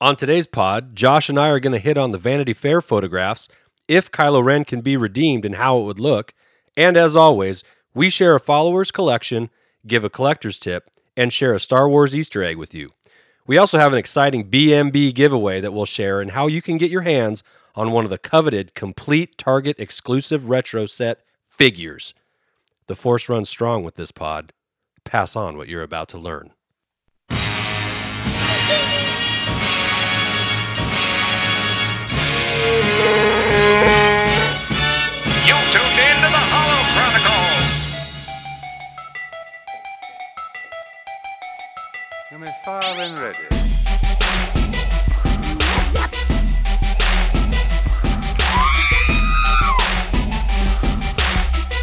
On today's pod, Josh and I are going to hit on the Vanity Fair photographs, if Kylo Ren can be redeemed and how it would look. And as always, we share a follower's collection, give a collector's tip, and share a Star Wars Easter egg with you. We also have an exciting BMB giveaway that we'll share and how you can get your hands on one of the coveted complete Target exclusive retro set figures. The Force runs strong with this pod. Pass on what you're about to learn. You tuned in to the Hollow Chronicles. You may fire when ready.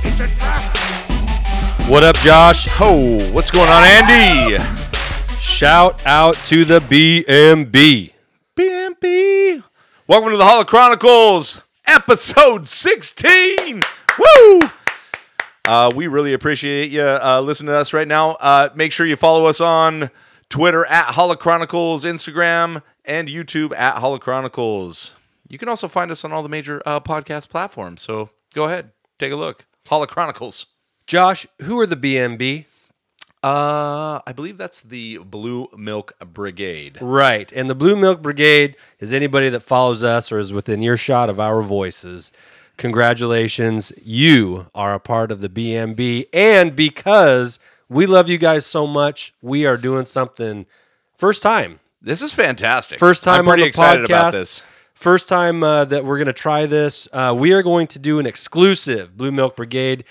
It's a trap. What up, Josh? Ho! What's going on, Andy? Shout out to the BMB. BMP. Welcome to the Hollow Chronicles, episode 16. Woo! Uh, we really appreciate you uh, listening to us right now. Uh, make sure you follow us on Twitter at Hollow Chronicles, Instagram, and YouTube at Hollow Chronicles. You can also find us on all the major uh, podcast platforms. So go ahead, take a look. Hollow Chronicles. Josh, who are the BMB? Uh, I believe that's the Blue Milk Brigade. Right. And the Blue Milk Brigade is anybody that follows us or is within earshot of our voices. Congratulations. You are a part of the BMB. And because we love you guys so much, we are doing something first time. This is fantastic. First time I'm pretty on the podcast. excited about this. First time uh, that we're going to try this. Uh, we are going to do an exclusive Blue Milk Brigade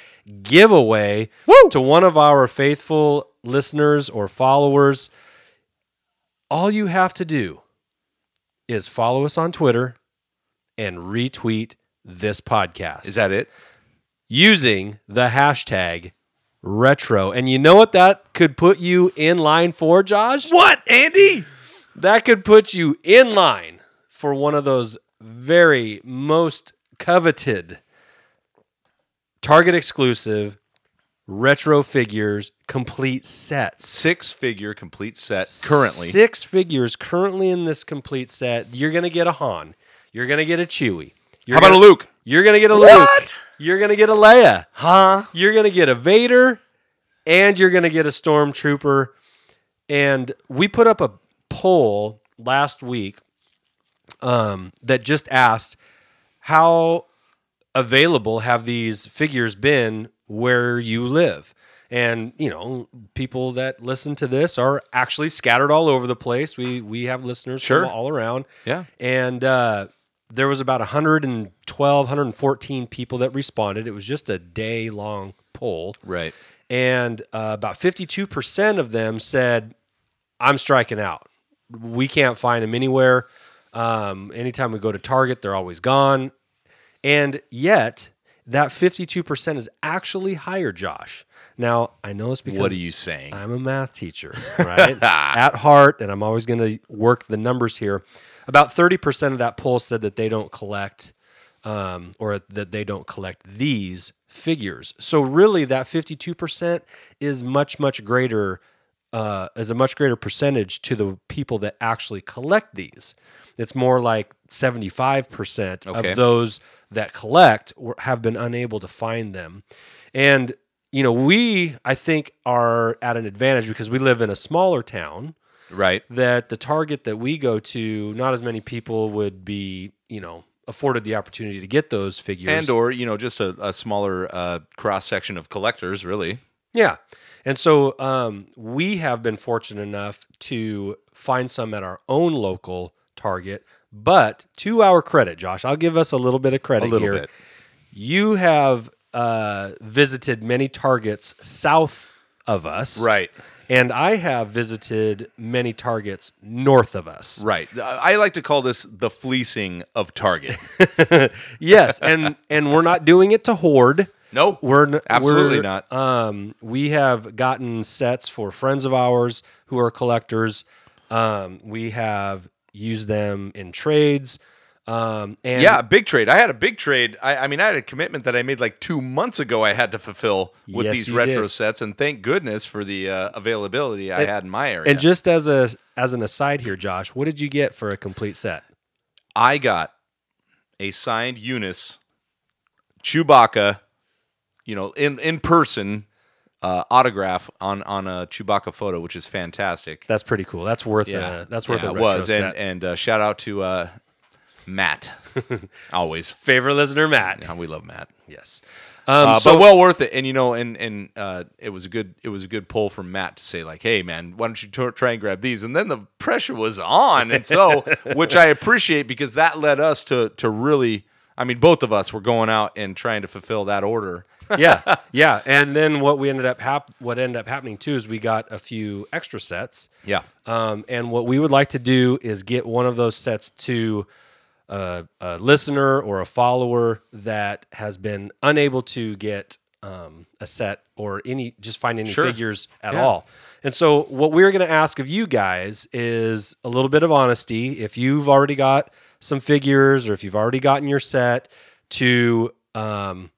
giveaway to one of our faithful listeners or followers. All you have to do is follow us on Twitter and retweet this podcast. Is that it? using the hashtag retro? And you know what that could put you in line for, Josh? What, Andy? that could put you in line for one of those very most coveted Target exclusive retro figures complete sets. Six figure complete set currently. Six figures currently in this complete set. You're going to get a Han. You're going to get a Chewie. You're How about a gonna- Luke? You're going to get a Luke. What? You're going to get a Leia. Huh? You're going to get a Vader and you're going to get a Stormtrooper. And we put up a poll last week um, that just asked how available have these figures been where you live? And you know, people that listen to this are actually scattered all over the place. We we have listeners Sure. from all around. Yeah. And uh, there was about 112, 114 people that responded. It was just a day long poll. Right. And uh, about 52% of them said, I'm striking out. We can't find them anywhere. Um, anytime we go to Target, they're always gone. And yet, that 52% is actually higher, Josh. Now, I know it's because What are you saying? I'm a math teacher, right? At heart, and I'm always going to work the numbers here. About 30% of that poll said that they don't collect um, or that they don't collect these figures. So, really, that 52% is much, much greater, uh, is a much greater percentage to the people that actually collect these. It's more like 75% Okay. of those that collect or have been unable to find them. And you know, we I think are at an advantage because we live in a smaller town right. that the target that we go to, not as many people would be, you know, afforded the opportunity to get those figures. And or, you know, just a, a smaller uh, cross section of collectors, really. Yeah. And so um, we have been fortunate enough to find some at our own local Target. But to our credit, Josh, I'll give us a little bit of A credit little here. bit. You have uh, visited many Targets south of us. Right. And I have visited many Targets north of us. Right. I I like to call this the fleecing of Target. Yes, and and we're not doing it to hoard. Nope. We're n- Absolutely we're, not. Um, we have gotten sets for friends of ours who are collectors. Um, we have used them in trades. Um, and Yeah, big trade. I had a big trade. I, I mean, I had a commitment that I made like two months ago. I had to fulfill with Yes, these you retro did. sets, and thank goodness for the uh, availability I And- had in my area. and just as a as an aside here, Josh, what did you get for a complete set? I got a signed Eunice Chewbacca, you know, in in person uh, autograph on on a Chewbacca photo, which is fantastic. That's pretty cool. That's worth yeah, a, that's worth yeah, a it retro was. set. And and uh, shout out to uh, Matt, always. Favorite listener, Matt. Yeah, we love Matt. Yes. Um, Uh, so but well worth it, and you know, and and uh, it was a good it was a good pull from Matt to say like, hey man, why don't you tor- try and grab these? And then the pressure was on, and so which I appreciate because that led us to to really, I mean, both of us were going out and trying to fulfill that order. yeah, yeah. And then what we ended up hap- what ended up happening too is we got a few extra sets. Yeah, Um, and what we would like to do is get one of those sets to a, a listener or a follower that has been unable to get um, a set or any just find any Sure. figures at Yeah. all. And so, what we're going to ask of you guys is a little bit of honesty. If you've already got some figures or if you've already gotten your set, to um,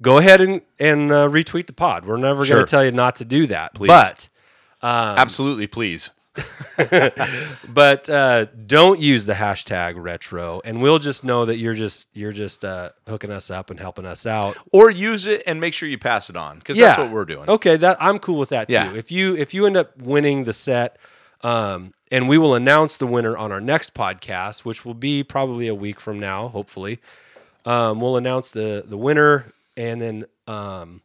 go ahead and, and uh, retweet the pod. We're never Sure. going to tell you not to do that. But absolutely. Please, but uh, don't use the hashtag retro and we'll just know that you're just you're just uh, hooking us up and helping us out or use it and make sure you pass it on because that's what we're doing. okay that i'm cool with that Yeah. too if you if you end up winning the set um, and we will announce the winner on our next podcast which will be probably a week from now hopefully um, we'll announce the the winner and then um,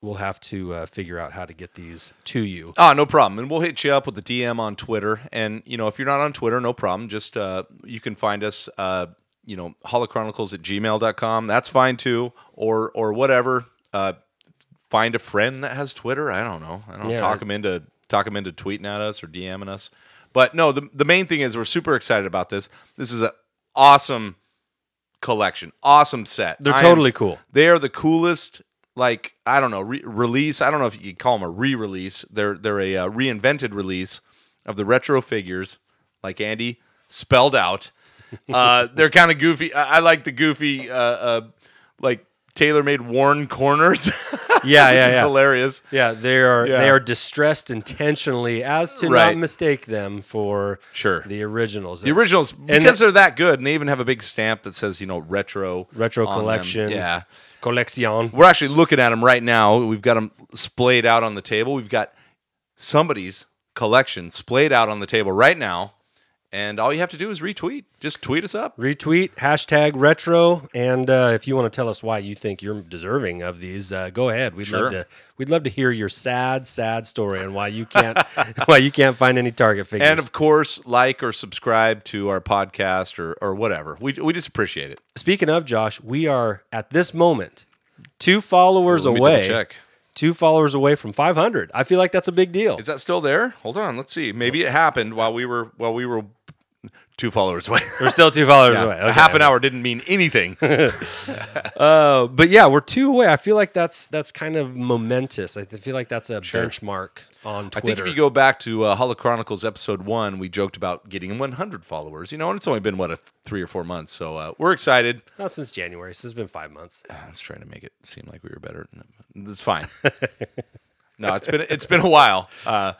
we'll have to uh, figure out how to get these to you Ah, no problem. And we'll hit you up with the DM on Twitter. And you know, if you're not on Twitter, no problem. Just uh, you can find us. Uh, you know, holochronicles at gmail.com. That's fine too. Or or whatever. Uh, find a friend that has Twitter. I don't know. I don't Yeah. talk them into talk them into tweeting at us or DMing us. But no, the the main thing is we're super excited about this. This is an awesome collection. Awesome set. they're I am- totally cool they are the coolest. Like I don't know re- release. I don't know if you could call them a re-release. They're they're a uh, reinvented release of the retro figures, like Andy spelled out. Uh, they're kind of goofy. I, I like the goofy, uh, uh, like tailor-made worn corners. yeah which yeah is yeah hilarious. Yeah, they are Yeah. they are distressed intentionally as to Right. not mistake them for Sure. the originals. The originals because they're that good, and they even have a big stamp that says you know retro Retro on them. collection. Yeah, collection. We're actually looking at them right now. We've got them splayed out on the table. We've got somebody's collection splayed out on the table right now. And all you have to do is retweet. Just tweet us up. Retweet hashtag retro, and uh, if you want to tell us why you think you're deserving of these, uh, go ahead. We'd Sure. love to. We'd love to hear your sad, sad story and why you can't why you can't find any target figures. And of course, like or subscribe to our podcast or, or whatever. We, we just appreciate it. Speaking of Josh, we are at this moment two followers Let me double away. Check. Two followers away from 500. I feel like that's a big deal. Is that still there? Hold on. Let's see. Maybe it happened while we were while we were two followers away. We're still two followers away. Okay. Half an hour didn't mean anything. Uh, but yeah, we're two away. I feel like that's that's kind of momentous. I feel like that's a benchmark on I think Twitter. if you go back to uh, Holo Chronicles episode one, we joked about getting 100 followers. You know, and it's only been what a th- three or four months, so uh, we're excited. Not since January. So it's been five months. Ah, I was trying to make it seem like we were better. It's fine. no, it's been it's been a while, uh,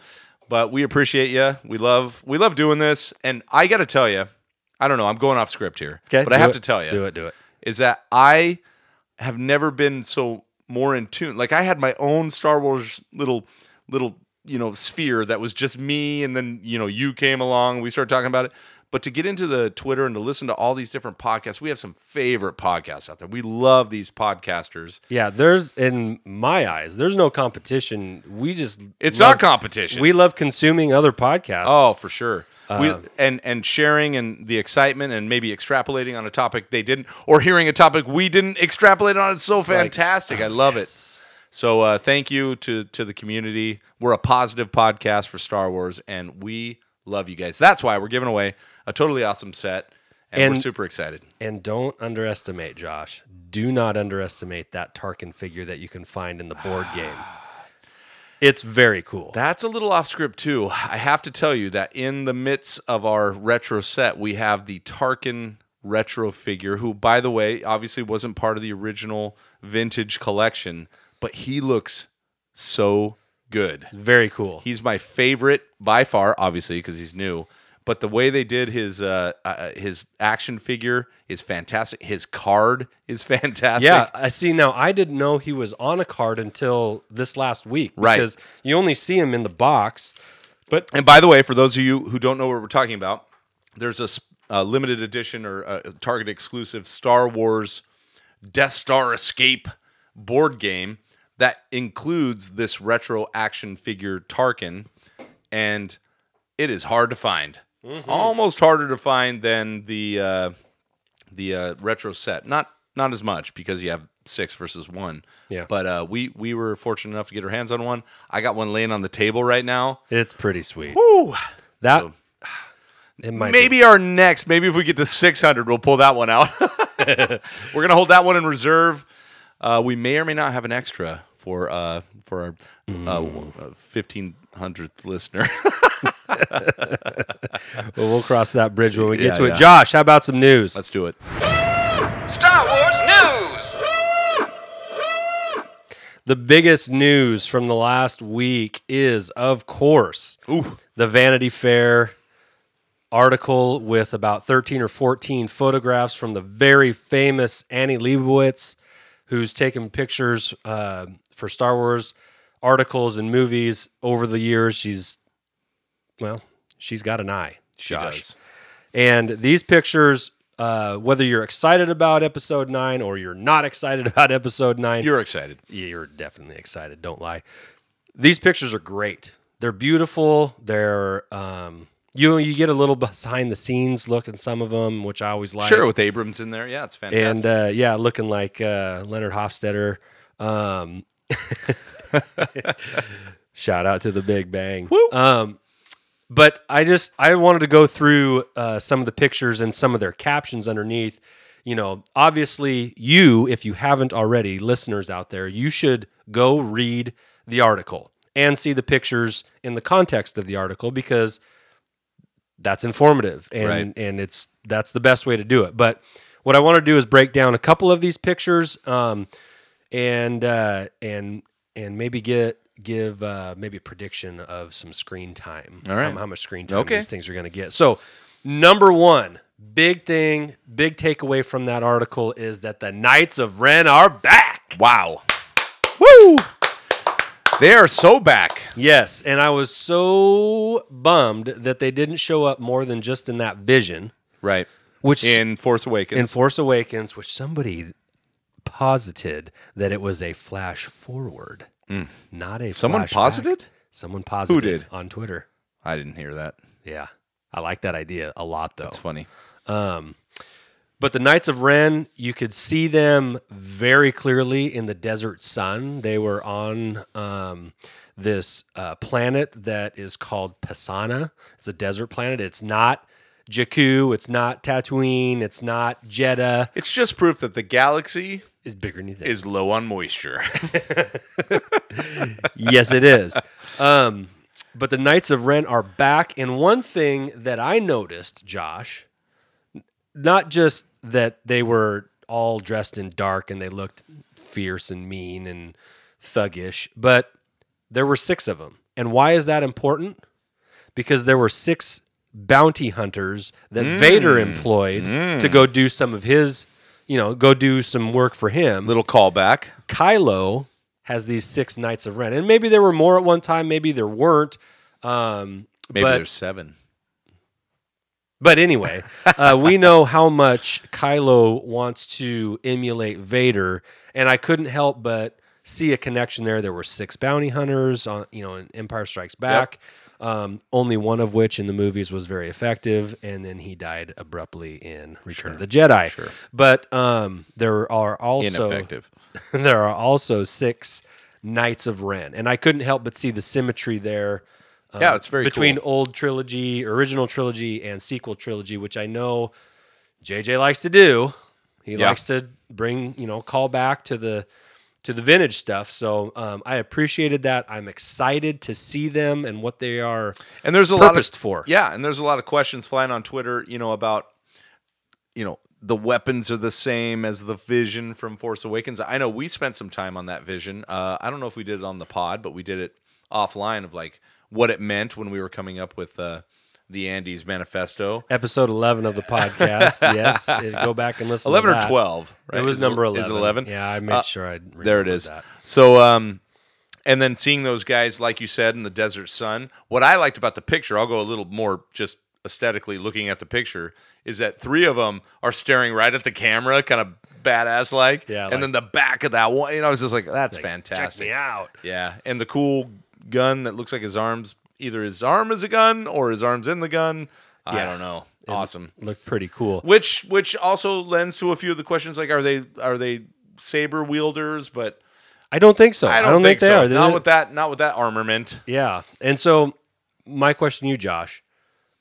but we appreciate you. We love we love doing this, and I got to tell you, I don't know. I'm going off script here, but I do have it, to tell you, do it, do it. is that I have never been so more in tune. Like I had my own Star Wars little little you know sphere that was just me, and then you know you came along. We started talking about it. But to get into the Twitter and to listen to all these different podcasts, we have some favorite podcasts out there. We love these podcasters. Yeah, there's in my eyes, there's no competition. We just It's love- not competition. We Uh, love consuming other podcasts. Oh, for sure. we, and and sharing and the excitement and maybe extrapolating on a topic they didn't or hearing a topic we didn't extrapolate on is so fantastic. I love it. So uh, thank you to to the community. We're a positive podcast for Star Wars, and we love you guys. That's why we're giving away a totally awesome set, and, we're And- super excited. and don't underestimate Josh. Do not underestimate that Tarkin figure that you can find in the board game. It's very cool. That's a little off script too. I have to tell you that in the midst of our retro set, we have the Tarkin retro figure, who, by the way, obviously wasn't part of the original vintage collection, but he looks so good. Very cool. He's my favorite by far, obviously, because he's new. But the way they did his uh, uh, his action figure is fantastic. His card is fantastic. yeah, I see. Now I didn't know he was on a card until this last week, Right. Because you only see him in the box. But And by the way, for those of you who don't know what we're talking about, there's a s- uh, limited edition or uh, Target exclusive Star Wars Death Star Escape board game that includes this retro action figure Tarkin, and it is hard to find. Almost harder to find than the uh, the uh, retro set. Not not as much because you have six versus one. Yeah. But uh, we we were fortunate enough to get our hands on one. I got one laying on the table right now. it's pretty sweet. Woo! That it might be- Maybe our next, maybe if we get to 600, we'll pull that one out. We're going to hold that one in reserve. Uh, we may or may not have an extra for uh, for our uh, w- uh, 1500th listener. but we'll cross that bridge when we get Yeah, to it. yeah. Josh, how about some news? Let's do it. Star Wars news. the biggest news from the last week is, of course, Ooh. the Vanity Fair article with about 13 or 14 photographs from the very famous Annie Leibovitz, who's taken pictures uh, for Star Wars articles and movies over the years. She's, well, she's got an eye. She Josh. does. And these pictures, uh, whether you're excited about episode nine or you're not excited about episode nine, You're excited. you're definitely excited. Don't lie. These pictures are great. They're beautiful. They're um, you you get a little behind the scenes look in some of them, which I always like. Sure, with Abrams in there. Yeah, it's fantastic. and uh, yeah, looking like uh, Leonard Hofstetter. Um, shout out to the Big Bang. Um, but I just I wanted to go through uh, some of the pictures and some of their captions underneath. You know, obviously, you if you haven't already, listeners out there, you should go read the article and see the pictures in the context of the article because that's informative and Right. and it's that's the best way to do it. But what I want to do is break down a couple of these pictures. Um, and uh, and and maybe get give uh, maybe a prediction of some screen time. All right. Um, how much screen time Okay. these things are going to get. So, number one, big thing, big takeaway from that article is that the Knights of Ren are back. wow. Woo! They are so back. Yes, and I was so bummed that they didn't show up more than just in that vision, Right. which In Force in Awakens. Force Awakens, which somebody posited that it was a flash forward, not a Mm. Someone flashback. posited? Someone posited did? on Twitter. I didn't hear that. Yeah, I like that idea a lot though. That's funny. Um, but the Knights of Ren, you could see them very clearly in the desert sun. They were on um, this uh, planet that is called Pisana. It's a desert planet. It's not Jakku. It's not Tatooine. It's not Jeddah. It's just proof that the galaxy It's bigger than you think. is low on moisture. yes, it is. Um, but the Knights of Ren are back. And one thing that I noticed, Josh, n- not just that they were all dressed in dark and they looked fierce and mean and thuggish, but there were six of them. And why is that important? Because there were six bounty hunters that Vader employed to go do some of his, you know, go do some work for him. Little callback. Kylo has these six Knights of Ren, and maybe there were more at one time, maybe there weren't. Um, Maybe but there's seven. but anyway, uh, we know how much Kylo wants to emulate Vader, and I couldn't help but see a connection there. There were six bounty hunters on, you know, in Empire Strikes Back. Um, only one of which in the movies was very effective, and then he died abruptly in Return of the Jedi. sure. But um, there are also Ineffective. there are also six Knights of Ren, and I couldn't help but see the symmetry there. uh, Yeah, it's very between cool. old trilogy, original trilogy, and sequel trilogy, which I know JJ likes to do. He Yeah. likes to bring you know call back to the to the vintage stuff. So um, I appreciated that. I'm excited to see them and what they are. and there's a lot purposed of for. Yeah, and there's a lot of questions flying on Twitter, you know, about you know the weapons are the same as the vision from Force Awakens. I know we spent some time on that vision. Uh, I don't know if we did it on the pod, but we did it offline of like what it meant when we were coming up with uh, the Andes Manifesto. Episode 11 of the podcast. yes. It- go back and listen to 11 or that. 12, right? It was Is number Is 11. it 11? Yeah, I made Uh, sure I'd there it remembered is. that. So, um, and then seeing those guys, like you said, in the desert sun. What I liked about the picture, I'll go a little more just aesthetically looking at the picture, is that three of them are staring right at the camera, kind of badass like. Yeah, And like- then the back of that one, you know, I was just like, that's fantastic. Check me out. Yeah, and the cool gun that looks like his arms, either his arm is a gun or his arm's in the gun. I Yeah. don't know. Awesome. Looked pretty cool. Which which also lends to a few of the questions like are they are they saber wielders? But I don't think so. I don't, think, they so. are. They not didn't- with that not with that armament. Yeah. And so my question to you, Josh,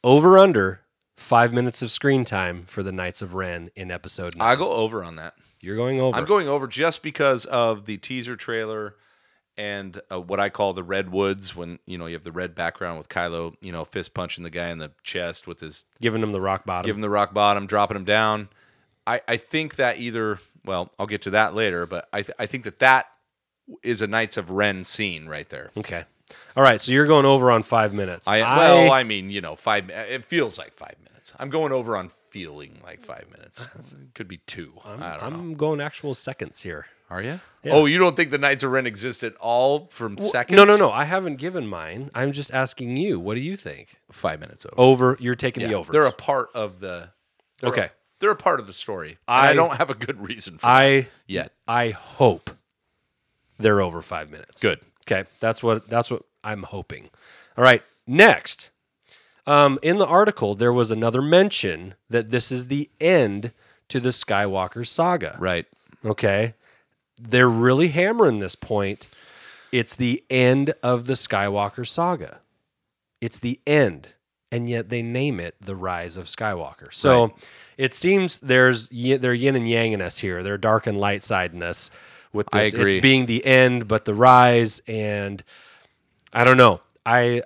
over under five minutes of screen time for the Knights of Ren in episode nine. I go over on that. You're going over. I'm going over just because of the teaser trailer and uh, what I call the red woods when you know you have the red background with Kylo, you know, fist punching the guy in the chest with his giving them the rock bottom. giving the rock bottom, dropping him down. I, I think that either, well, I'll get to that later, but I, th- I think that that is a Knights of Ren scene right there. okay. All right. So you're going over on five minutes. I, well, I mean, you know, five. It feels like five minutes. I'm going over on feeling like five minutes. Could be two. I'm, I do not know. I'm going actual seconds here. Are you? Oh, you don't think the Knights of Ren exist at all from seconds? No, no, no. I haven't given mine. I'm just asking you. What do you think? Five minutes over. Over. You're taking the over. They're a part of the. they're a- Okay. they're a part of the story. and I, I- don't have a good reason for it I yet. I hope they're over five minutes. Good. Okay, that's what that's what I'm hoping. All right, next. Um, in the article, there was another mention that this is the end to the Skywalker saga. Right. Okay, they're really hammering this point. It's the end of the Skywalker saga. It's the end, and yet they name it the Rise of Skywalker. So it seems there's y- they're yin and yanging us here. They're dark and light siding us with I this it agree. being the end, but the rise, and I don't know. I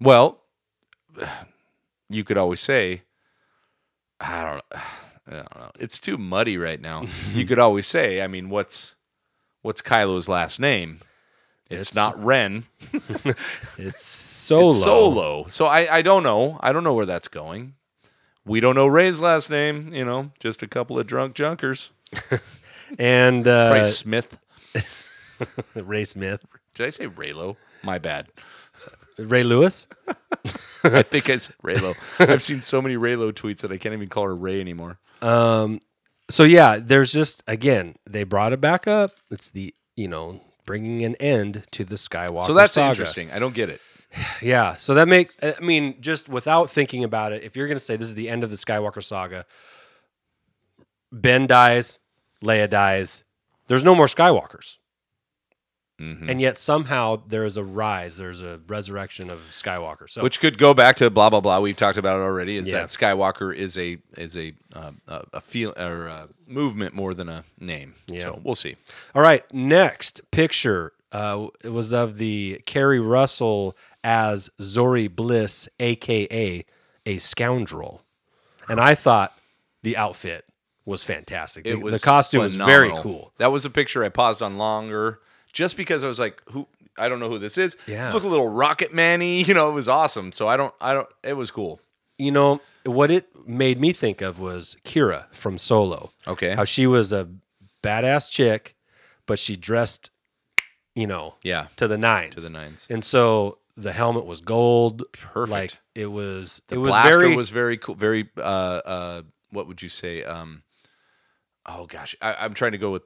Well, you could always say, I don't, I don't know. It's too muddy right now. you could always say, I mean, what's what's Kylo's last name? It's- It's, not Ren. it's solo. It's Solo. So I, I don't know. I don't know where that's going. We don't know Ray's last name. You know, just a couple of drunk junkers. and uh, Ray Smith. Ray Smith, Did I say Raylo? My bad. Ray Lewis. I think I said Raylo. I've seen so many Raylo tweets that I can't even call her Ray anymore. Um, so yeah, there's just again they brought it back up. It's the you know bringing an end to the Skywalker. So that's saga. interesting. I don't get it. Yeah, so that makes I mean just without thinking about it, if you're going to say this is the end of the Skywalker saga, Ben dies, Leia dies. There's no more Skywalkers. Mm-hmm. Hmm. And yet somehow there is a rise, there's a resurrection of Skywalker. So which could go back to blah blah blah. We've talked about it already. Is Yeah. that Skywalker is a is a um, a, a feel or a movement more than a name? So we'll see. All right, next picture uh, it was of the Carrie Russell as Zori Bliss, aka a scoundrel, and I thought the outfit was fantastic. The, It was the costume was very phenomenal. cool. That was a picture I paused on longer just because I was like, who. I don't know who this is. Yeah. Look a little rocket manny, you know, it was awesome. So I don't I don't it was cool. You know what it made me think of was Kira from Solo. Okay. how she was a badass chick, but she dressed, you know, Yeah. to the nines. To the nines. And so the helmet was gold. Perfect. Like it was. The it was blaster very. was very cool. Very uh, uh, what would you say? Um, oh gosh, I, I'm trying to go with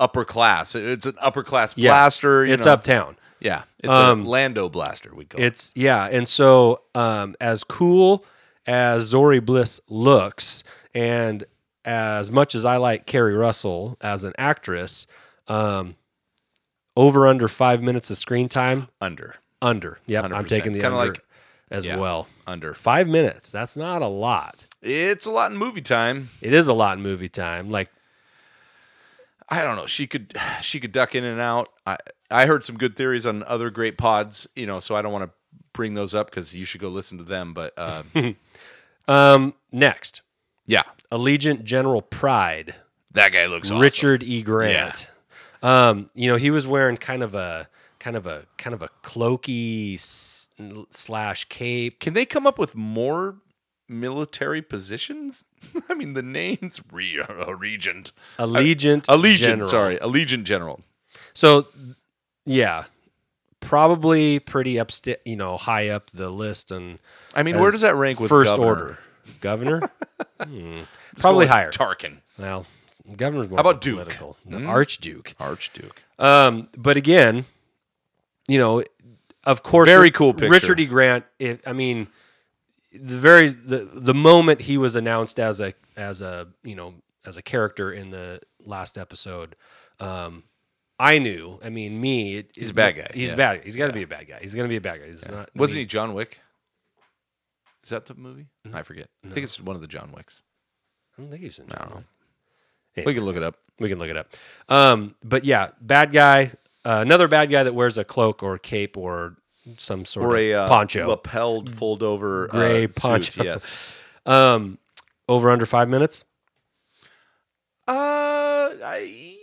upper class. It- It's an upper class Yeah. blaster. you it's know. uptown. Yeah, it's Um, a Lando blaster. We'd call it. It's yeah, and so um, as cool as Zori Bliss looks, and as much as I like Carrie Russell as an actress, um, over under five minutes of screen time, under, under. Yep, i am 100%. taking the Kinda under like- as yeah. well. under. Five minutes. That's not a lot. It's a lot in movie time. It is a lot in movie time. Like I don't know. She could she could duck in and out. I I heard some good theories on other great pods. You know, so I don't want to bring those up because you should go listen to them. But uh, um, next, Yeah, Allegiant General Pride, that guy looks awesome. Richard E. Grant. Um, you know, he was wearing kind of a kind of a kind of a cloaky s- slash cape. Can they come up with more military positions? I mean, the name's re- a regent, Allegiant. uh, allegiant. General. Sorry, allegiant general. So, yeah, probably pretty up, you know, high up the list. And I mean, where as does that rank with first governor? order? Governor, Hmm. Let's go probably with higher. Tarkin, well, governor's more How about pol- Duke? political. The Hmm? Archduke. archduke. Um, but again, you know, of course, Very cool picture. Richard E. Grant. It, I mean, the very the the moment he was announced as a as a you know as a character in the last episode, um, I knew. I mean, me. It, He's a bad guy, He's yeah. a bad. He's got to be a bad guy. He's gonna be a bad guy. He's not. I Wasn't he mean, John Wick? Is that the movie? Mm-hmm. I forget. I think it's one of the John Wicks. I don't think he's in. I don't John know. Wick. Yeah. We can look it up. We can look it up. Um, but yeah, bad guy. Uh, another bad guy that wears a cloak or cape or some sort Or of a uh, poncho. lapelled, fold over Gray uh, suit, poncho. Yes. Um, over under five minutes. Uh, I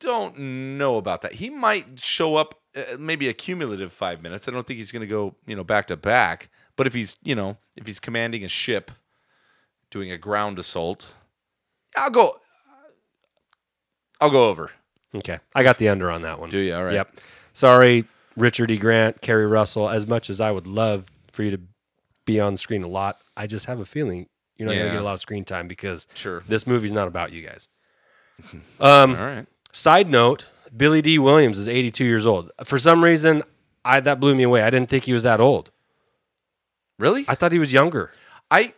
don't know about that. He might show up uh, maybe a cumulative five minutes. I don't think he's going to go you know back to back. But if he's you know if he's commanding a ship, doing a ground assault, I'll go. I'll go over. Okay, I got the under on that one. Do you all right? Yep. Sorry, Richard E. Grant, Kerry Russell. As much as I would love for you to be on the screen a lot, I just have a feeling you're not going Yeah. to get a lot of screen time because Sure. this movie's not about you guys. Um, All right. Side note: Billy D. Williams is 82 years old. For some reason, I that blew me away. I didn't think he was that old. Really? I thought he was younger. I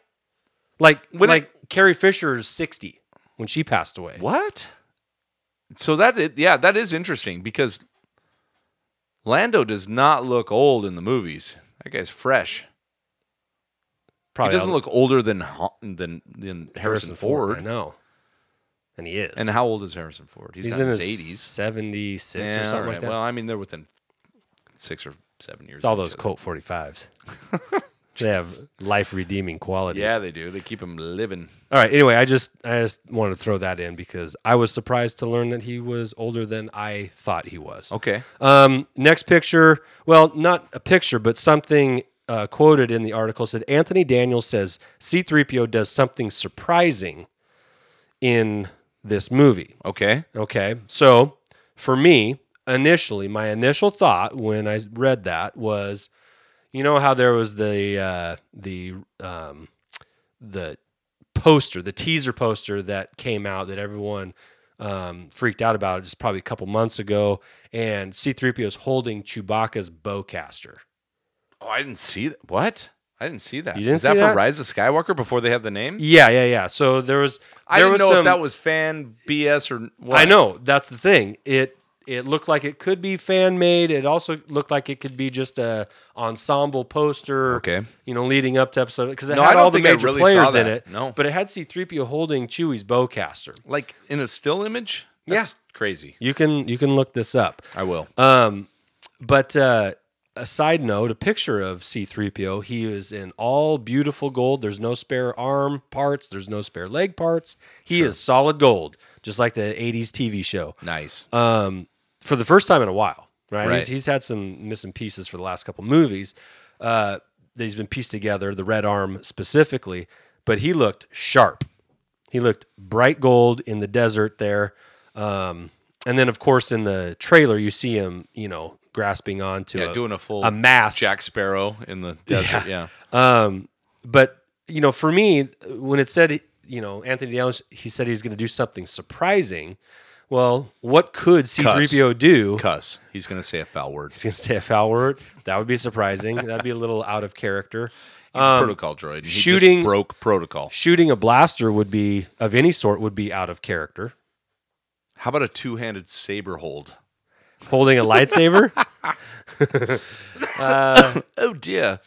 Like When like Carrie Fisher is 60 when she passed away. What? So that i- yeah, that is interesting because Lando does not look old in the movies. That guy's fresh. Probably he doesn't all- look older than Ho- than than Harrison, Ford. I know. And he is. and how old is Harrison Ford? He's, he's, not in his eighties. 76 or something like that. Well, I mean, they're within six or seven years. it's all of those each other. Colt 45s. they have life redeeming qualities. Yeah, they do. They keep him living. all right. Anyway, I just I just wanted to throw that in because I was surprised to learn that he was older than I thought he was. Okay. Um, next picture. Well, not a picture, but something uh, quoted in the article said Anthony Daniels says C3PO does something surprising in this movie. Okay. Okay. So for me, initially, my initial thought when I read that was, you know how there was the uh, the um, the poster, the teaser poster that came out that everyone um, freaked out about just probably a couple months ago, and C-3PO is holding Chewbacca's bowcaster. Oh, I didn't see that. What? I didn't see that. You didn't is that see for that? Rise of Skywalker before they had the name? Yeah, yeah, yeah. So there was I there didn't was know if some- that was fan BS or what. I know that's the thing. It it looked like it could be fan made. It also looked like it could be just a ensemble poster. Okay. you know, leading up to episode because it No, I had don't all the think I major really saw players in that. it. No. but it had C three PO holding Chewie's bowcaster. Like in a still image? Yeah. That's crazy. You can you can look this up. I will. Um, but uh, a side note, a picture of C3PO. He is in all beautiful gold. There's no spare arm parts, there's no spare leg parts. He is solid gold, just like the 80s TV show. nice. Um, for the first time in a while, right? Right. He's, he's had some missing pieces for the last couple movies uh, that he's been pieced together, the red arm specifically, but he looked sharp. He looked bright gold in the desert there. Um, and then, of course, in the trailer, you see him, you know, grasping onto yeah, a, doing a full a mask. Jack Sparrow in the desert. Yeah. Um, but you know, for me, when it said you know Anthony Daniels, he said he's going to do something surprising. Well, what could C three PO do? Cuss. He's going to say a foul word. He's He's going to say a foul word. That would be surprising. That'd be a little out of character. a protocol droid. and He Um, shooting- just broke protocol. Shooting a blaster would be of any sort would be out of character. How about a two handed saber hold? Holding a lightsaber. Oh, dear.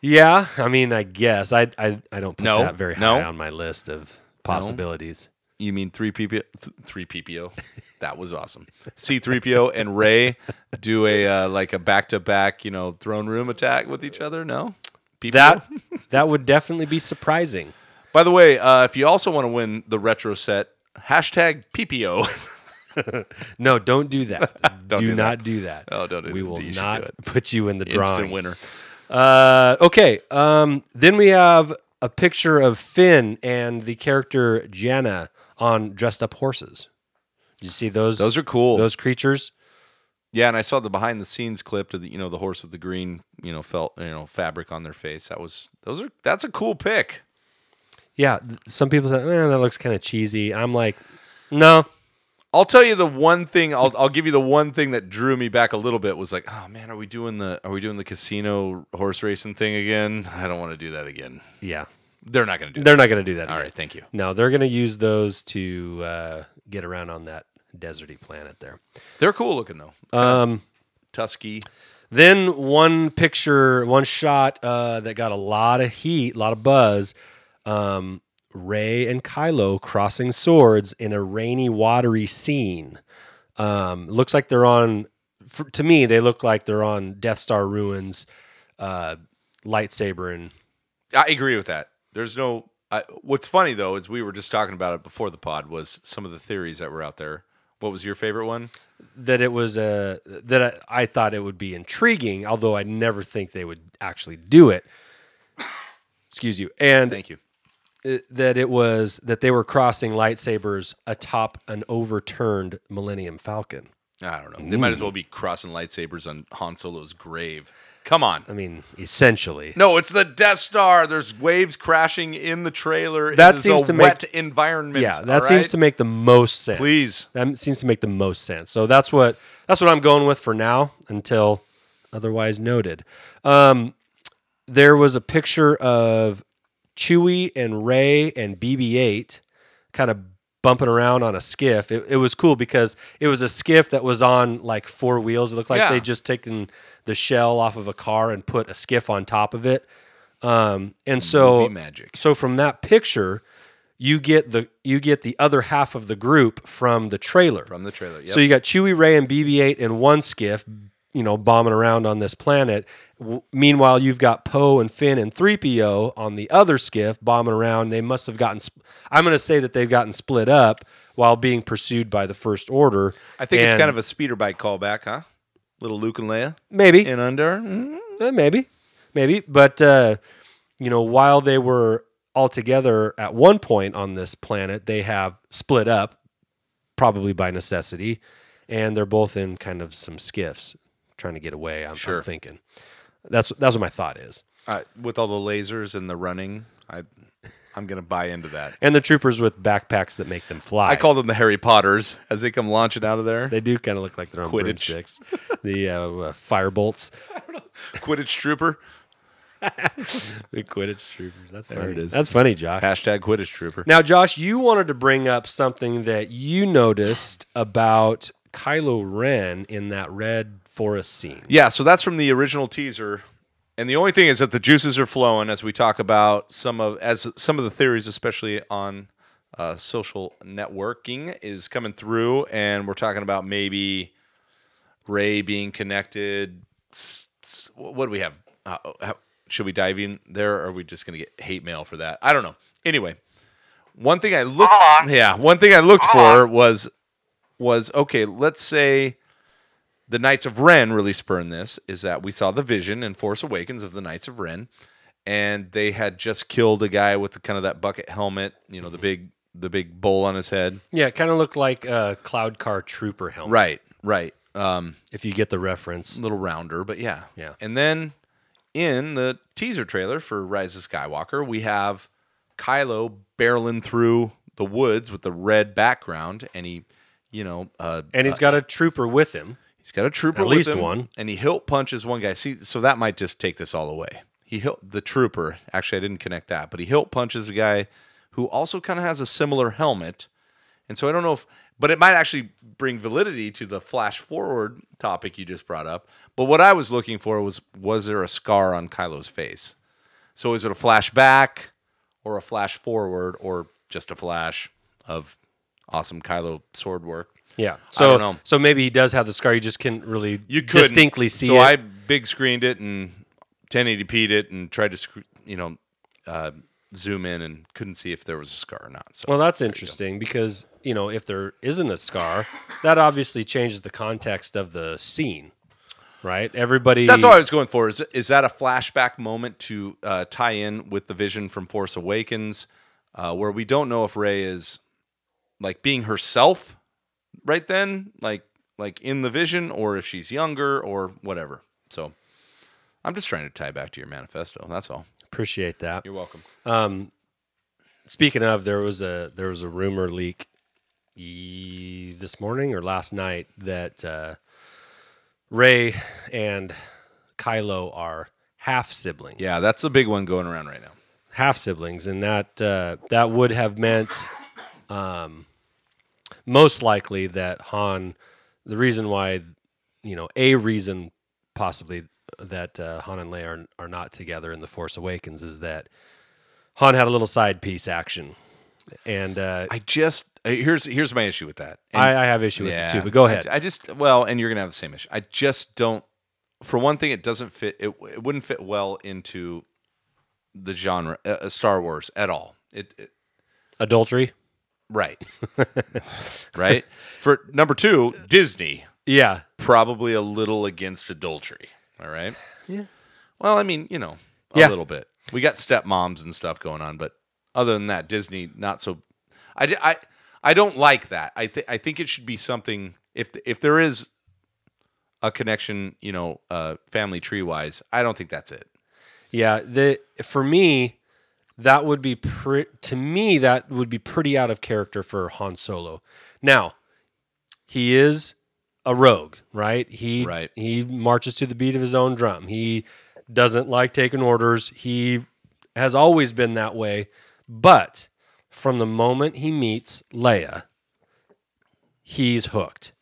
yeah, I mean, I guess I I, I don't put No, that very no. high on my list of possibilities. You mean 3PPO? Th- 3PPO. That was awesome. C3PO and Ray do a uh, like a back to back, you know, throne room attack with each other? No? PPO? That that would definitely be surprising. By the way, uh, if you also want to win the retro set, hashtag PPO. No, don't do that. Don't do do that. not do that. Oh, don't do We that. will You should do not it. put you in the Instant drawing. winner. Uh, okay. Um, then we have a picture of Finn and the character Janna on dressed up horses. Did you see those? Those are cool. those creatures. yeah, and I saw the behind the scenes clip to the you know the horse with the green you know felt you know fabric on their face. That was those are that's a cool pick. Yeah. th- Some people say, eh, that looks kind of cheesy. I'm like, no. I'll tell you the one thing. I'll, I'll give you the one thing that drew me back a little bit was like, oh man, are we doing the are we doing the casino horse racing thing again? I don't want to do that again. Yeah. They're not going to do They're not going to do that. that. All again. right, thank you. No, they're going to use those to uh, get around on that deserty planet there. They're cool looking though. Um, Tusky. Then one picture, one shot uh, that got a lot of heat, a lot of buzz. Um, Ray and Kylo crossing swords in a rainy, watery scene. Um, looks like they're on. For, to me, they look like they're on Death Star ruins, uh, lightsaber and I agree with that. There's no. I, what's funny though is we were just talking about it before the pod was some of the theories that were out there. What was your favorite one? that it was a that I, I thought it would be intriguing, although I never think they would actually do it. Excuse you. And Thank you. it- that it was that they were crossing lightsabers atop an overturned Millennium Falcon. I don't know. They might as well be crossing lightsabers on Han Solo's grave. Come on. I mean, essentially. No, it's the Death Star. There's waves crashing in the trailer. That it is seems a to make- wet environment. Yeah, that seems to make the most sense. Please. that seems to make the most sense. So that's what that's what I'm going with for now, until otherwise noted. Um, there was a picture of Chewie and Ray and BB-8 kind of bumping around on a skiff. It, it was cool because it was a skiff that was on like four wheels. It looked like Yeah. they just taken the shell off of a car and put a skiff on top of it. Um, and so Movie magic. so from that picture, you get the you get the other half of the group from the trailer. from the trailer. Yep. So you got Chewie, Ray, and BB-8 in one skiff, you know, bombing around on this planet. W- meanwhile, you've got Poe and Finn and 3PO on the other skiff bombing around. They must have gotten. Sp- I'm going to say that they've gotten split up while being pursued by the First Order. I think it's And kind of a speeder bike callback, huh? Little Luke and Leia maybe in under. Mm. Eh, maybe, maybe. But uh, you know, while they were all together at one point on this planet, they have split up, probably by necessity, and they're both in kind of some skiffs, trying to get away. I'm, I'm Sure. thinking that's that's what my thought is. Uh, with all the lasers and the running, I, I'm going to buy into that. And the troopers with backpacks that make them fly. I call them the Harry Potters as they come launching out of there. They do kind of look like they're on Quidditch. broomsticks. the uh, uh, fire bolts. Quidditch Trooper. The Quidditch troopers. That's funny. it is. That's funny, Josh. Hashtag Quidditch Trooper. Now, Josh, you wanted to bring up something that you noticed about Kylo Ren in that red forest scene. Yeah, so that's from the original teaser. And the only thing is that the juices are flowing as we talk about some of as some of the theories, especially on uh, social networking, is coming through, and we're talking about maybe Ray being connected. S- s- What do we have? Uh, how, should we dive in there? Or are we just going to get hate mail for that? I don't know. Anyway, one thing I looked, Hold on. yeah, one thing I looked for was was okay. Let's say the Knights of Ren really spurned this is that we saw the vision in Force Awakens of the Knights of Ren, and they had just killed a guy with the, kind of that bucket helmet, you know, the big the big bowl on his head. Yeah, it kind of looked like a cloud car trooper helmet, Right, right. Um, if you get the reference. little rounder, but yeah, Yeah. And then in the teaser trailer for Rise of Skywalker, we have Kylo barreling through the woods with the red background, and he, you know, uh, And he's got a trooper with him. He's got a trooper, At with least him, one. and he hilt punches one guy. See, so that might just take this all away. He hilt the trooper. Actually, I didn't connect that, but he hilt punches a guy who also kind of has a similar helmet, and so I don't know if, but it might actually bring validity to the flash forward topic you just brought up. But what I was looking for was was there a scar on Kylo's face? So is it a flashback or a flash forward or just a flash of awesome Kylo sword work? Yeah. So, don't know. so maybe he does have the scar. You just can't really you could distinctly see so it. I big screened it and 1080p'd it and tried to, sc- you know, uh, zoom in and couldn't see if there was a scar or not. So Well, that's interesting because, you know, if there isn't a scar, that obviously changes the context of the scene, right? Everybody. that's all I was going for. Is is that a flashback moment to uh, tie in with the vision from Force Awakens, uh, where we don't know if Ray is like being herself right then, like like in the vision, or if she's younger or whatever. So I'm just trying to tie back to your manifesto. That's all. Appreciate that. You're welcome. Speaking of, there was a there was a rumor leak ye- this morning or last night that uh, Ray and Kylo are half siblings. Yeah, that's the big one going around right now. half siblings, and that uh, that would have meant um, most likely that Han. The reason why, you know, a reason possibly that uh, Han and Leia are, are not together in the Force Awakens is that Han had a little side piece action, and uh, I just uh, here's here's my issue with that. And- I, I have issue with it too. But go ahead. I, I just well, and you're gonna have the same issue. I just don't. For one thing, it doesn't fit. It, it wouldn't fit well into the genre uh, uh, Star Wars at all. It, it Adultery. right, right. For number two, Disney Yeah, probably a little against adultery. All right. Yeah. Well, I mean, you know, a Yeah. little bit. We got stepmoms and stuff going on, but other than that, Disney not so. I di- I I don't like that. I think I think it should be something. If if there is a connection, you know, uh, family tree wise, I don't think that's it. yeah. The for me. That would be pre- to me. That would be pretty out of character for Han Solo. Now, he is a rogue, right? He Right. he marches to the beat of his own drum. He doesn't like taking orders. He has always been that way. But from the moment he meets Leia, he's hooked.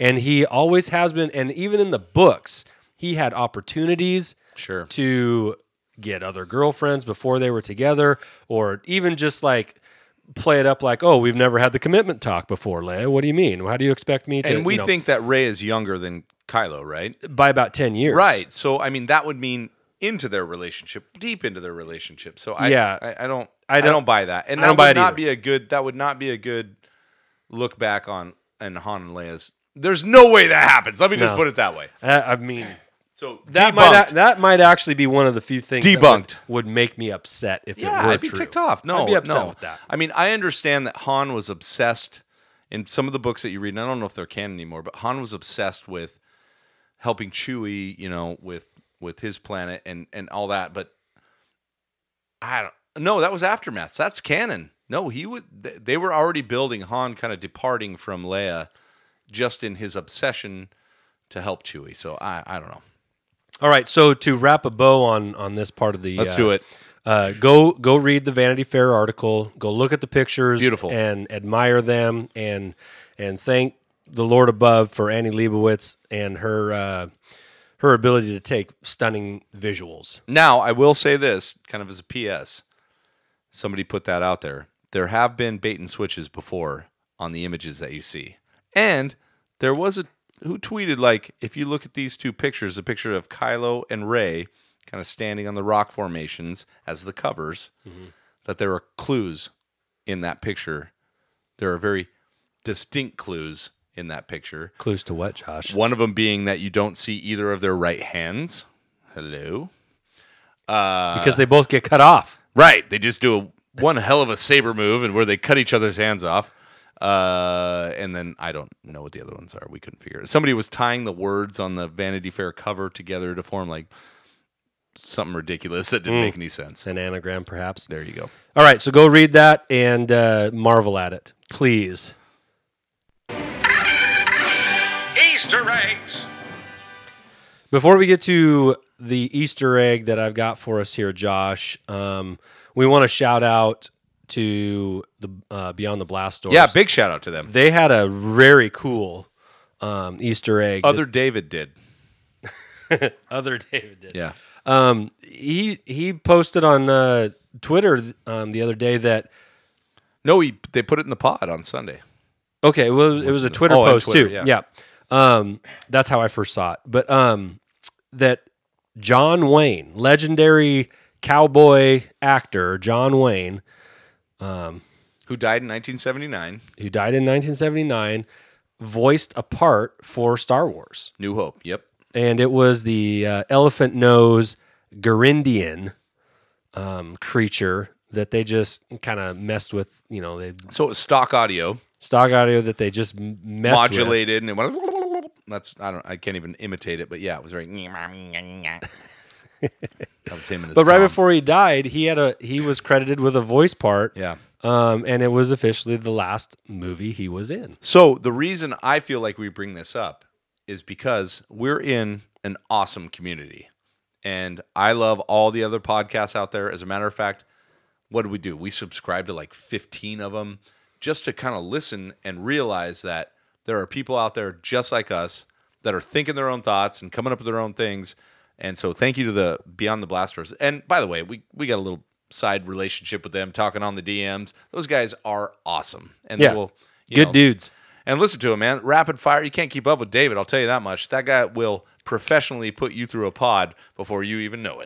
And he always has been and even in the books, he had opportunities Sure. to get other girlfriends before they were together or even just like play it up like, "Oh, we've never had the commitment talk before, Leia. What do you mean? How do you expect me to?" And we you know, think that Ray is younger than Kylo, right? by about ten years, Right. So I mean, that would mean into their relationship, deep into their relationship. So I, Yeah. I, I don't, I I don't, don't- buy that, and I that don't would buy it not either. be a good. That would not be a good look back on and Han and Leia's. There's no way that happens. Let me just No. put it that way. Uh, I mean, So that debunked. might a- that might actually be one of the few things that would- Debunked. would, make me upset if yeah, it were I'd be true. ticked off. No, I'd be upset no. with that. I mean, I understand that Han was obsessed in some of the books that you read, and I don't know if they're canon anymore, but Han was obsessed with helping Chewie, you know, with with his planet and and all that. But I don't. No, that was aftermaths. That's canon. No, he would. th- They were already building Han, kind of departing from Leia, just in his obsession to help Chewie. So I, I don't know. All right, so to wrap a bow on on this part of the, Let's uh, do it. Uh, go go read the Vanity Fair article. Go look at the pictures, Beautiful. and admire them, and and thank the Lord above for Annie Leibovitz and her uh, her ability to take stunning visuals. Now, I will say this kind of as a PS. Somebody put that out there. There have been bait and switches before on the images that you see. And there was a who tweeted like if you look at these two pictures, a picture of Kylo and Ray kind of standing on the rock formations as the covers, that there are clues in that picture. There are very distinct clues in that picture. Clues to what, Josh? One of them being that you don't see either of their right hands. Hello. because they both get cut off. Right. They just do a, one hell of a saber move and where they cut each other's hands off. Uh, and then I don't know what the other ones are. We couldn't figure it. Somebody was tying the words on the Vanity Fair cover together to form like something ridiculous that didn't make any sense. An anagram, perhaps. There you go. All right, so go read that and uh, marvel at it, please. Easter eggs. Before we get to the Easter egg that I've got for us here, Josh, um, we want to shout out to the uh, Beyond the Blast Doors. Yeah. Big shout out to them. they had a very cool um, Easter egg. that Other David did. other David did. Yeah. Um, he he posted on uh, Twitter um, the other day that No, he, they put it in the pod on Sunday. Okay, well, it was, it was a Twitter Oh, and post Twitter, too. yeah. Yeah, Um, that's how I first saw it. But um, that John Wayne, legendary cowboy actor John Wayne, who died in 1979. who died in 1979, voiced a part for Star Wars, New Hope. Yep. and it was the uh, elephant nose Garindian um, creature that they just kind of messed with. You know, they So it was stock audio stock audio that they just m- messed with. modulated, and it went. That's I don't I can't even imitate it, but yeah, it was very. that was him. And his But right mom. before he died, he had a he was credited with a voice part. yeah. Um, and it was officially the last movie he was in. So the reason I feel like we bring this up is because we're in an awesome community. And I love all the other podcasts out there. As a matter of fact, what do we do? We subscribe to like 15 of them just to kind of listen and realize that there are people out there just like us that are thinking their own thoughts and coming up with their own things. And so thank you to the Beyond the Blasters. And by the way, we, we got a little side relationship with them talking on the DMs. Those guys are awesome. And Yeah. will you Good know, dudes. and listen to him, man. Rapid fire. You can't keep up with David. I'll tell you that much. That guy will professionally put you through a pod before you even know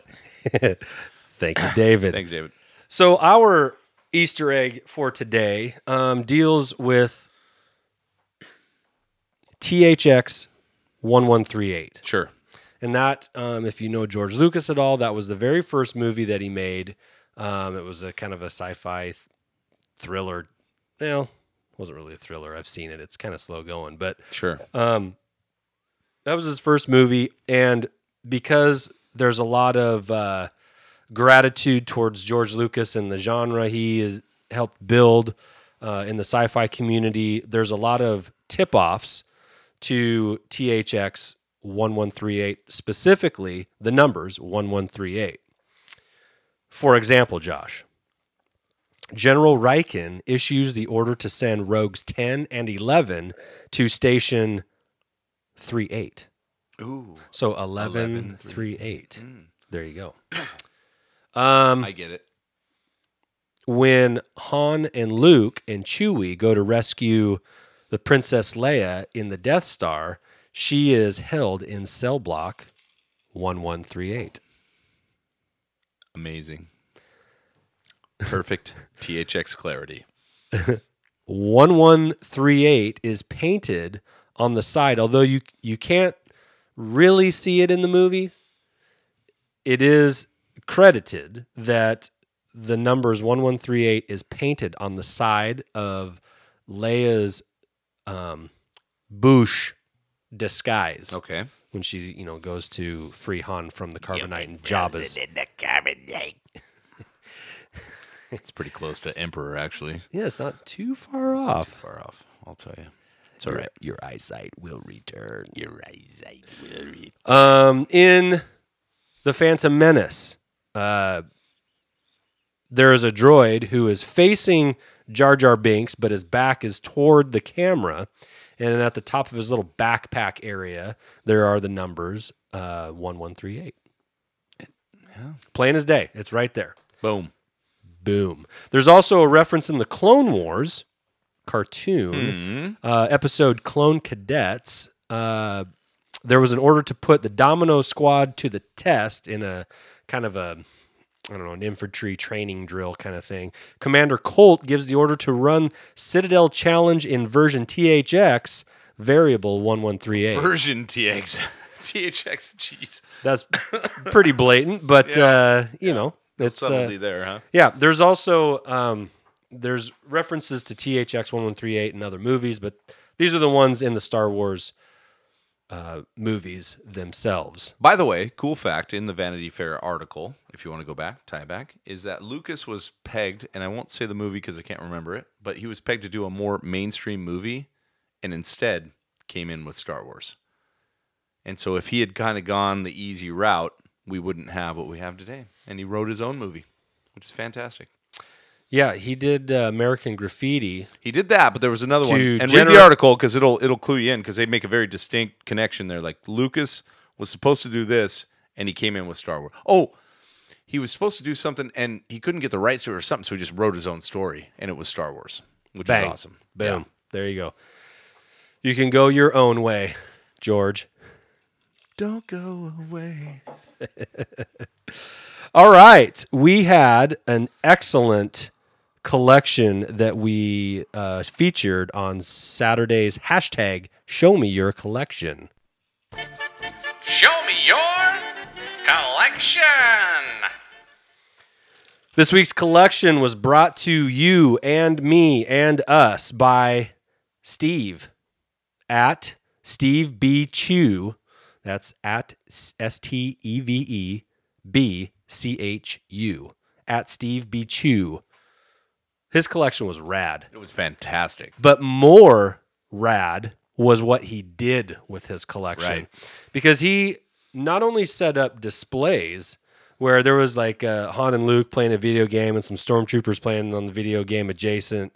it. Thank you, David. Thanks, David. So our Easter egg for today um, deals with THX one one three eight, Sure. and that, um, if you know George Lucas at all, that was the very first movie that he made. Um, it was a kind of a sci-fi th- thriller. Well, it wasn't really a thriller. I've seen it. It's kind of slow going, but Sure. that was his first movie and because there's a lot of uh, gratitude towards george lucas and the genre he has helped build uh, in the sci-fi community there's a lot of tip-offs to thx 1138 specifically the numbers 1138 for example josh General Riken issues the order to send rogues 10 and 11 to station 38. Ooh, So 11, 3, 8. There you go. Um, I get it. when Han and Luke and Chewie go to rescue the Princess Leia in the Death Star, she is held in cell block 1138. Amazing. Perfect THX clarity. 1138 is painted on the side although you you can't really see it in the movie it is credited that the numbers 1138 is painted on the side of Leia's um boosh disguise Okay. when she you know goes to free Han from the carbonite and Jabba's It's pretty close to Emperor, actually. yeah it's not too far off Far off. I'll tell you. It's all right. your eyesight will return. Your eyesight will return. Um, in the Phantom Menace, uh, there is a droid who is facing Jar Jar Binks, but his back is toward the camera. And at the top of his little backpack area, there are the numbers uh, one one three eight. Plain as day, it's right there. Boom. Boom. There's also a reference in the Clone Wars cartoon uh, episode Clone Cadets. Uh, there was an order to put the Domino Squad to the test in a kind of a, I don't know, an infantry training drill kind of thing. Commander Colt gives the order to run Citadel Challenge in version THX variable 1138. Version TX. THX. Jeez. That's pretty blatant, but, uh, you know, it's. uh, Subtlety there, huh? yeah, there's also um, there's references to THX one one three eight and other movies, but these are the ones in the Star Wars uh, movies themselves. By the way, cool fact in the Vanity Fair article, if you want to go back, tie back, is that Lucas was pegged, and I won't say the movie because I can't remember it, but he was pegged to do a more mainstream movie and instead came in with Star Wars. And so if he had kind of gone the easy route, we wouldn't have what we have today. And he wrote his own movie, which is fantastic. Yeah, he did uh, American Graffiti. He did that, but there was another one. To And read generate- the article because it'll it'll clue you in because they make a very distinct connection there. Like Lucas was supposed to do this, and he came in with Star Wars. Oh, he was supposed to do something, and he couldn't get the rights to it or something, so he just wrote his own story, and it was Star Wars, which Bang, was awesome. Boom, there you go. You can go your own way, George. Don't go away. All right. We had an excellent collection that we uh, featured on Saturday's hashtag show me your collection. Show me your collection. This week's collection was brought to you and me and us by Steve at Steve B. Chu. That's at S T E V E B C H U. At Steve B. Chu. His collection was rad, It was fantastic. but more rad was what he did with his collection Right. because he not only set up displays where there was like uh, Han and Luke playing a video game and some stormtroopers playing on the video game adjacent,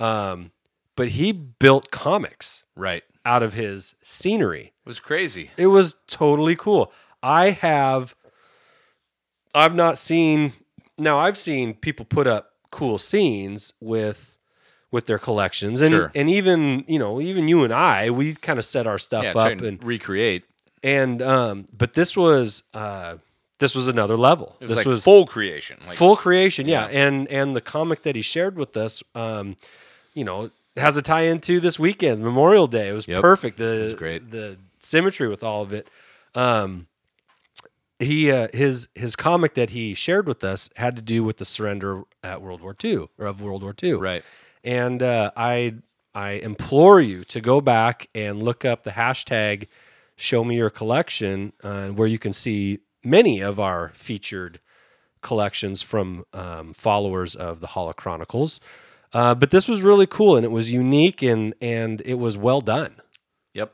um, but he built comics Right. It out of his scenery. was crazy. It was totally cool. I have I've not seen now I've seen people put up cool scenes with with their collections and Sure. and even, you know, even you and I, we kind of set our stuff Yeah, up trying to and recreate. and um but this was uh this was another level. It was this like was full creation. Like, full creation yeah. and and the comic that he shared with us um you know has a tie into this weekend memorial day it was Yep. perfect the great. the symmetry with all of it um he uh, his his comic that he shared with us had to do with the surrender at World War II or of World War II Right. and uh, I I implore you to go back and look up the hashtag Show Me Your Collection, uh, where you can see many of our featured collections from um, followers of the Holochronicles. Uh, but this was really cool, and it was unique, and and it was well done. Yep.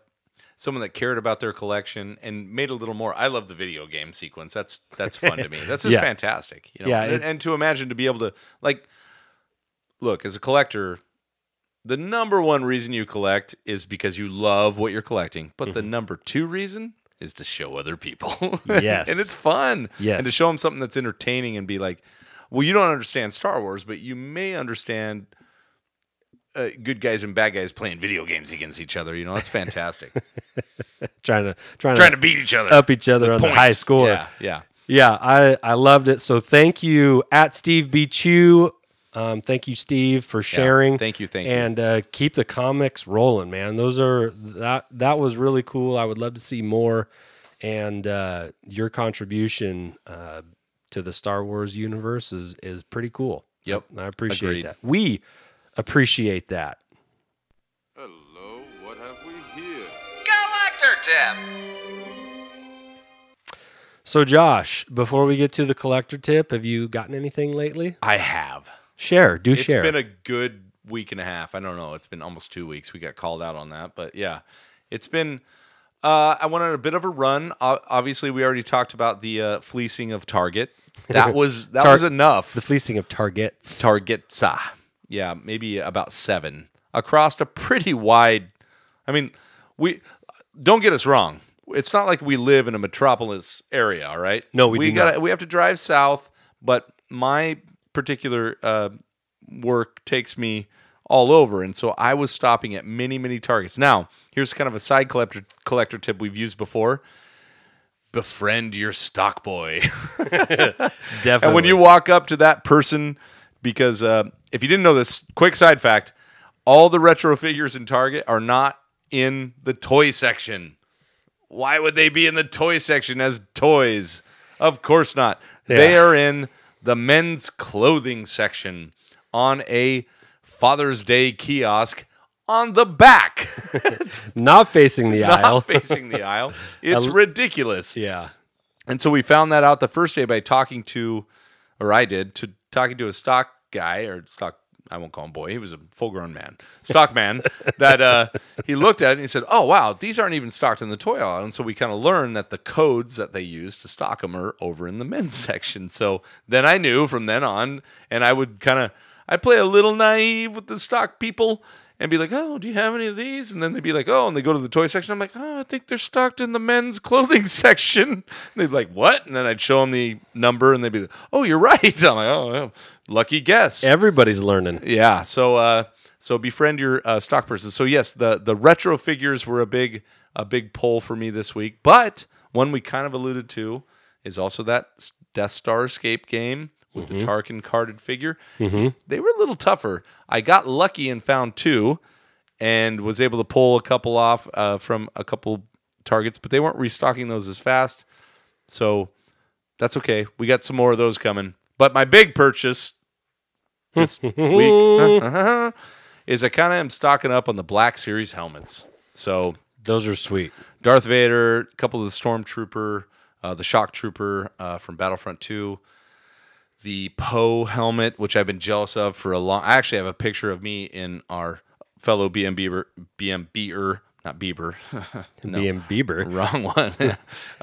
Someone that cared about their collection and made a little more. I love the video game sequence. That's that's fun to me. That's just Yeah. fantastic. You know? Yeah, and, it- and to imagine to be able to like look as a collector, the number one reason you collect is because you love what you're collecting. But Mm-hmm. the number two reason is to show other people. Yes. and it's fun. Yes. And to show them something that's entertaining and be like, well, you don't understand Star Wars, but you may understand uh, good guys and bad guys playing video games against each other. You know, that's fantastic. Trying to trying, Trying to beat each other. up each other on the high Points. score. Yeah, yeah. Yeah, I, I loved it. So thank you at Steve B. Chu. Um, thank you, Steve, for sharing. Thank you, thank you. and, uh, keep the comics rolling, man. Those are that that was really cool. I would love to see more. And uh, your contribution uh, to the Star Wars universe is is pretty cool. Yep. I appreciate Agreed. that. We appreciate that. Hello, what have we here? Collector tip. So, Josh, before we get to the collector tip, have you gotten anything lately? I have. Share, do It's share. been a good week and a half. I don't know. It's been almost two weeks. We got called out on that, but yeah, it's been. Uh, I went on a bit of a run. O- obviously, we already talked about the uh, fleecing of Target. That was that Tar- was enough. the fleecing of targets. Targetsa. ah, Yeah, maybe about seven across a pretty wide. I mean, we don't get us wrong. It's not like we live in a metropolis area, all right? No, we we do gotta- We have to drive south, but my particular uh, work takes me all over, and so I was stopping at many, many targets. Now, here's kind of a side collector collector tip we've used before: befriend your stock boy. Definitely. And when you walk up to that person, because uh, if you didn't know this, quick side fact: all the retro figures in Target are not in the toy section. Why would they be in the toy section as toys? Of course not. They Yeah. are in the men's clothing section on a Father's Day kiosk on the back. it's not facing the aisle. not facing the aisle. It's l- ridiculous. yeah. And so we found that out the first day by talking to, or I did, to talking to a stock guy or stock. I won't call him boy. He was a full-grown man, stock man. that uh, he looked at it and he said, "Oh wow, these aren't even stocked in the toy aisle." And so we kind of learned that the codes that they use to stock them are over in the men's section. So then I knew from then on, and I would kind of I would play a little naive with the stock people and be like, "Oh, do you have any of these?" And then they'd be like, "Oh," and they go to the toy section. I'm like, "Oh, I think they're stocked in the men's clothing section." And they'd be like, "What?" And then I'd show them the number, and they'd be like, "Oh, you're right." I'm like, "Oh, well, lucky guess." Everybody's learning. yeah. So, uh, so befriend your uh, stock person. So yes, the the retro figures were a big a big pull for me this week, but one we kind of alluded to is also that s- Death Star escape game with the Tarkin carded figure. Mhm. They were a little tougher. I got lucky and found two and was able to pull a couple off uh, from a couple targets, but they weren't restocking those as fast. So that's okay. We got some more of those coming. But my big purchase this week is I kind of am stocking up on the Black Series helmets. So Those are sweet. Darth Vader, a couple of the Stormtrooper, uh, the Shock Trooper uh, from Battlefront 2, the Poe helmet, which I've been jealous of for a long. I actually have a picture of me in our fellow BMBer, BMBer, not Bieber, No. BM Bieber. wrong one.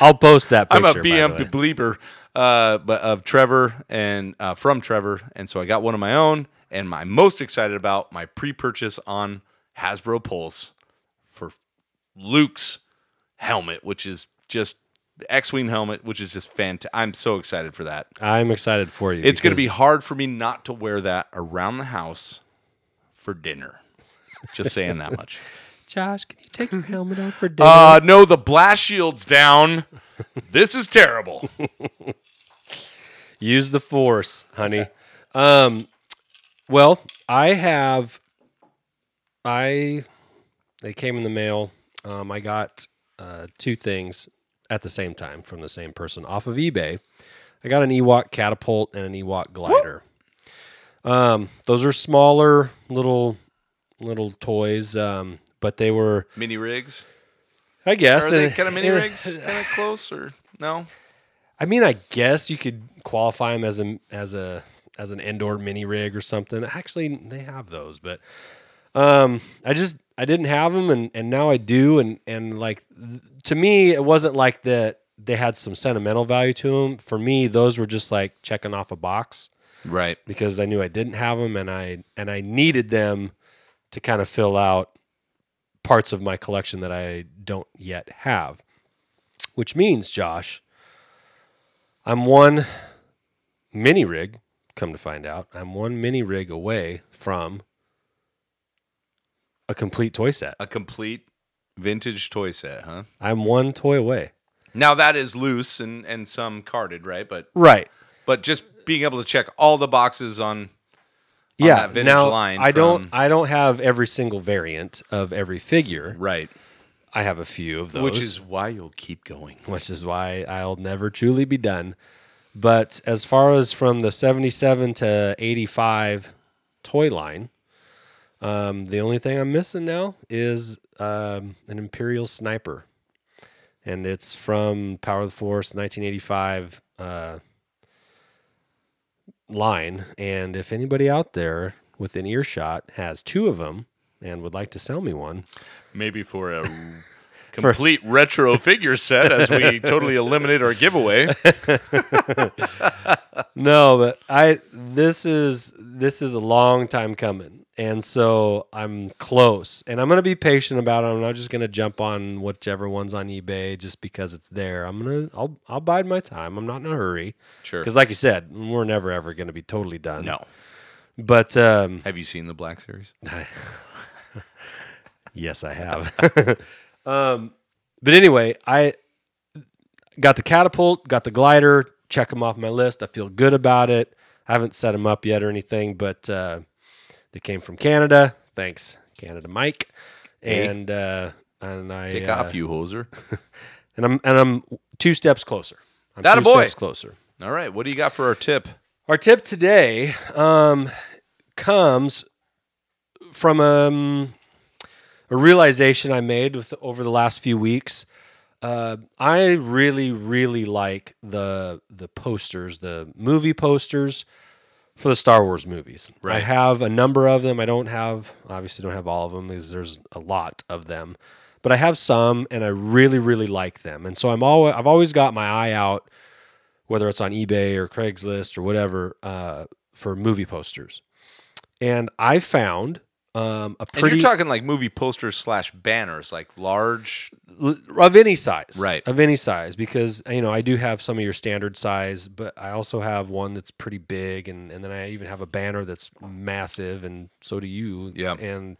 I'll post that picture. I'm a by the BM way. bleeper, uh, but of Trevor and uh, from Trevor, and so I got one of my own, and my most excited about my pre-purchase on Hasbro Pulse for Luke's helmet, which is just the X-wing helmet, which is just fantastic. I'm so excited for that. I'm excited for you. It's going to be because hard for me not to wear that around the house for dinner. Just saying that much. Josh, can you take your helmet off for dinner? Uh, no, the blast shield's down. This is terrible. Use the force, honey. Um, well, I have. I they came in the mail. Um, I got uh, two things at the same time from the same person off of eBay. I got an Ewok catapult and an Ewok glider. Um, those are smaller little little toys, um, but they were, Mini rigs. I guess, Are they and- kind of mini and- rigs? Kind of close or no? I mean, I guess you could qualify them as a as a as an indoor mini rig or something. Actually, they have those, but um, I just I didn't have them, and and now I do, and and like th- to me, it wasn't like that they had some sentimental value to them. For me, those were just like checking off a box Right. because I knew I didn't have them, and I and I needed them to kind of fill out parts of my collection that I don't yet have. Which means, Josh, I'm one mini rig. Come to find out, I'm one mini rig away from a complete toy set. A complete vintage toy set, huh? I'm one toy away. Now that is loose and and some carded, right? But Right. but just being able to check all the boxes on yeah. that vintage now line I don't. from- I don't have every single variant of every figure. right, I have a few of those, which is why you'll keep going. which is why I'll never truly be done. But as far as from the 77 to 85 toy line, um, the only thing I'm missing now is um, an Imperial Sniper. And it's from Power of the Force 1985 uh, line. And if anybody out there within earshot has two of them and would like to sell me one, Maybe for a complete retro figure set, as we totally eliminate our giveaway. No, but I this is this is a long time coming. And so I'm close. And I'm gonna be patient about it. I'm not just gonna jump on whichever one's on eBay just because it's there. I'm gonna I'll I'll bide my time. I'm not in a hurry. Sure. Because like you said, we're never ever gonna be totally done. No. But um Have you seen the Black Series? yes, I have. um, but anyway, I got the catapult, got the glider, check them off my list. I feel good about it. I haven't set them up yet or anything, but uh, they came from Canada. Thanks, Canada Mike. Hey. And uh, and I Take uh, off, you hoser. and I'm and I'm two steps closer. I'm That a two boy. steps closer. All right, what do you got for our tip? Our tip today um, comes from um, a realization I made with, over the last few weeks. Uh, I really, really like the the posters, the movie posters for the Star Wars movies. I Right. have a number of them. I don't have obviously don't have all of them because there's a lot of them, but I have some, and I really, really like them. And so I'm always I've always got my eye out whether it's on eBay or Craigslist or whatever, uh, for movie posters. And I found um, a And pretty you're talking like movie posters slash banners, like large. l- of any size, Right. Of any size, because you know I do have some of your standard size, but I also have one that's pretty big, and and then I even have a banner that's massive, and so do you, Yeah. And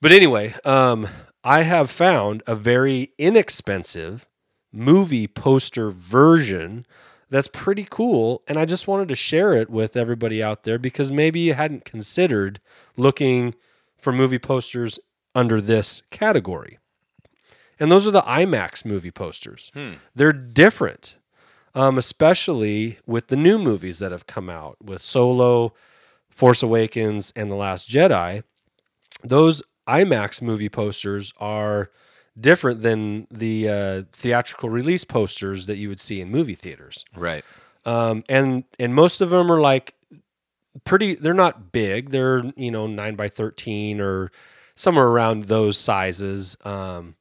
but anyway, um, I have found a very inexpensive movie poster version that's pretty cool. And I just wanted to share it with everybody out there because maybe you hadn't considered looking for movie posters under this category. And those are the IMAX movie posters. They're different, um, especially with the new movies that have come out with Solo, Force Awakens, and The Last Jedi. Those IMAX movie posters are different than the uh, theatrical release posters that you would see in movie theaters. Right. Um, and and most of them are like pretty. They're not big. They're you know nine by thirteen or somewhere around those sizes. Um,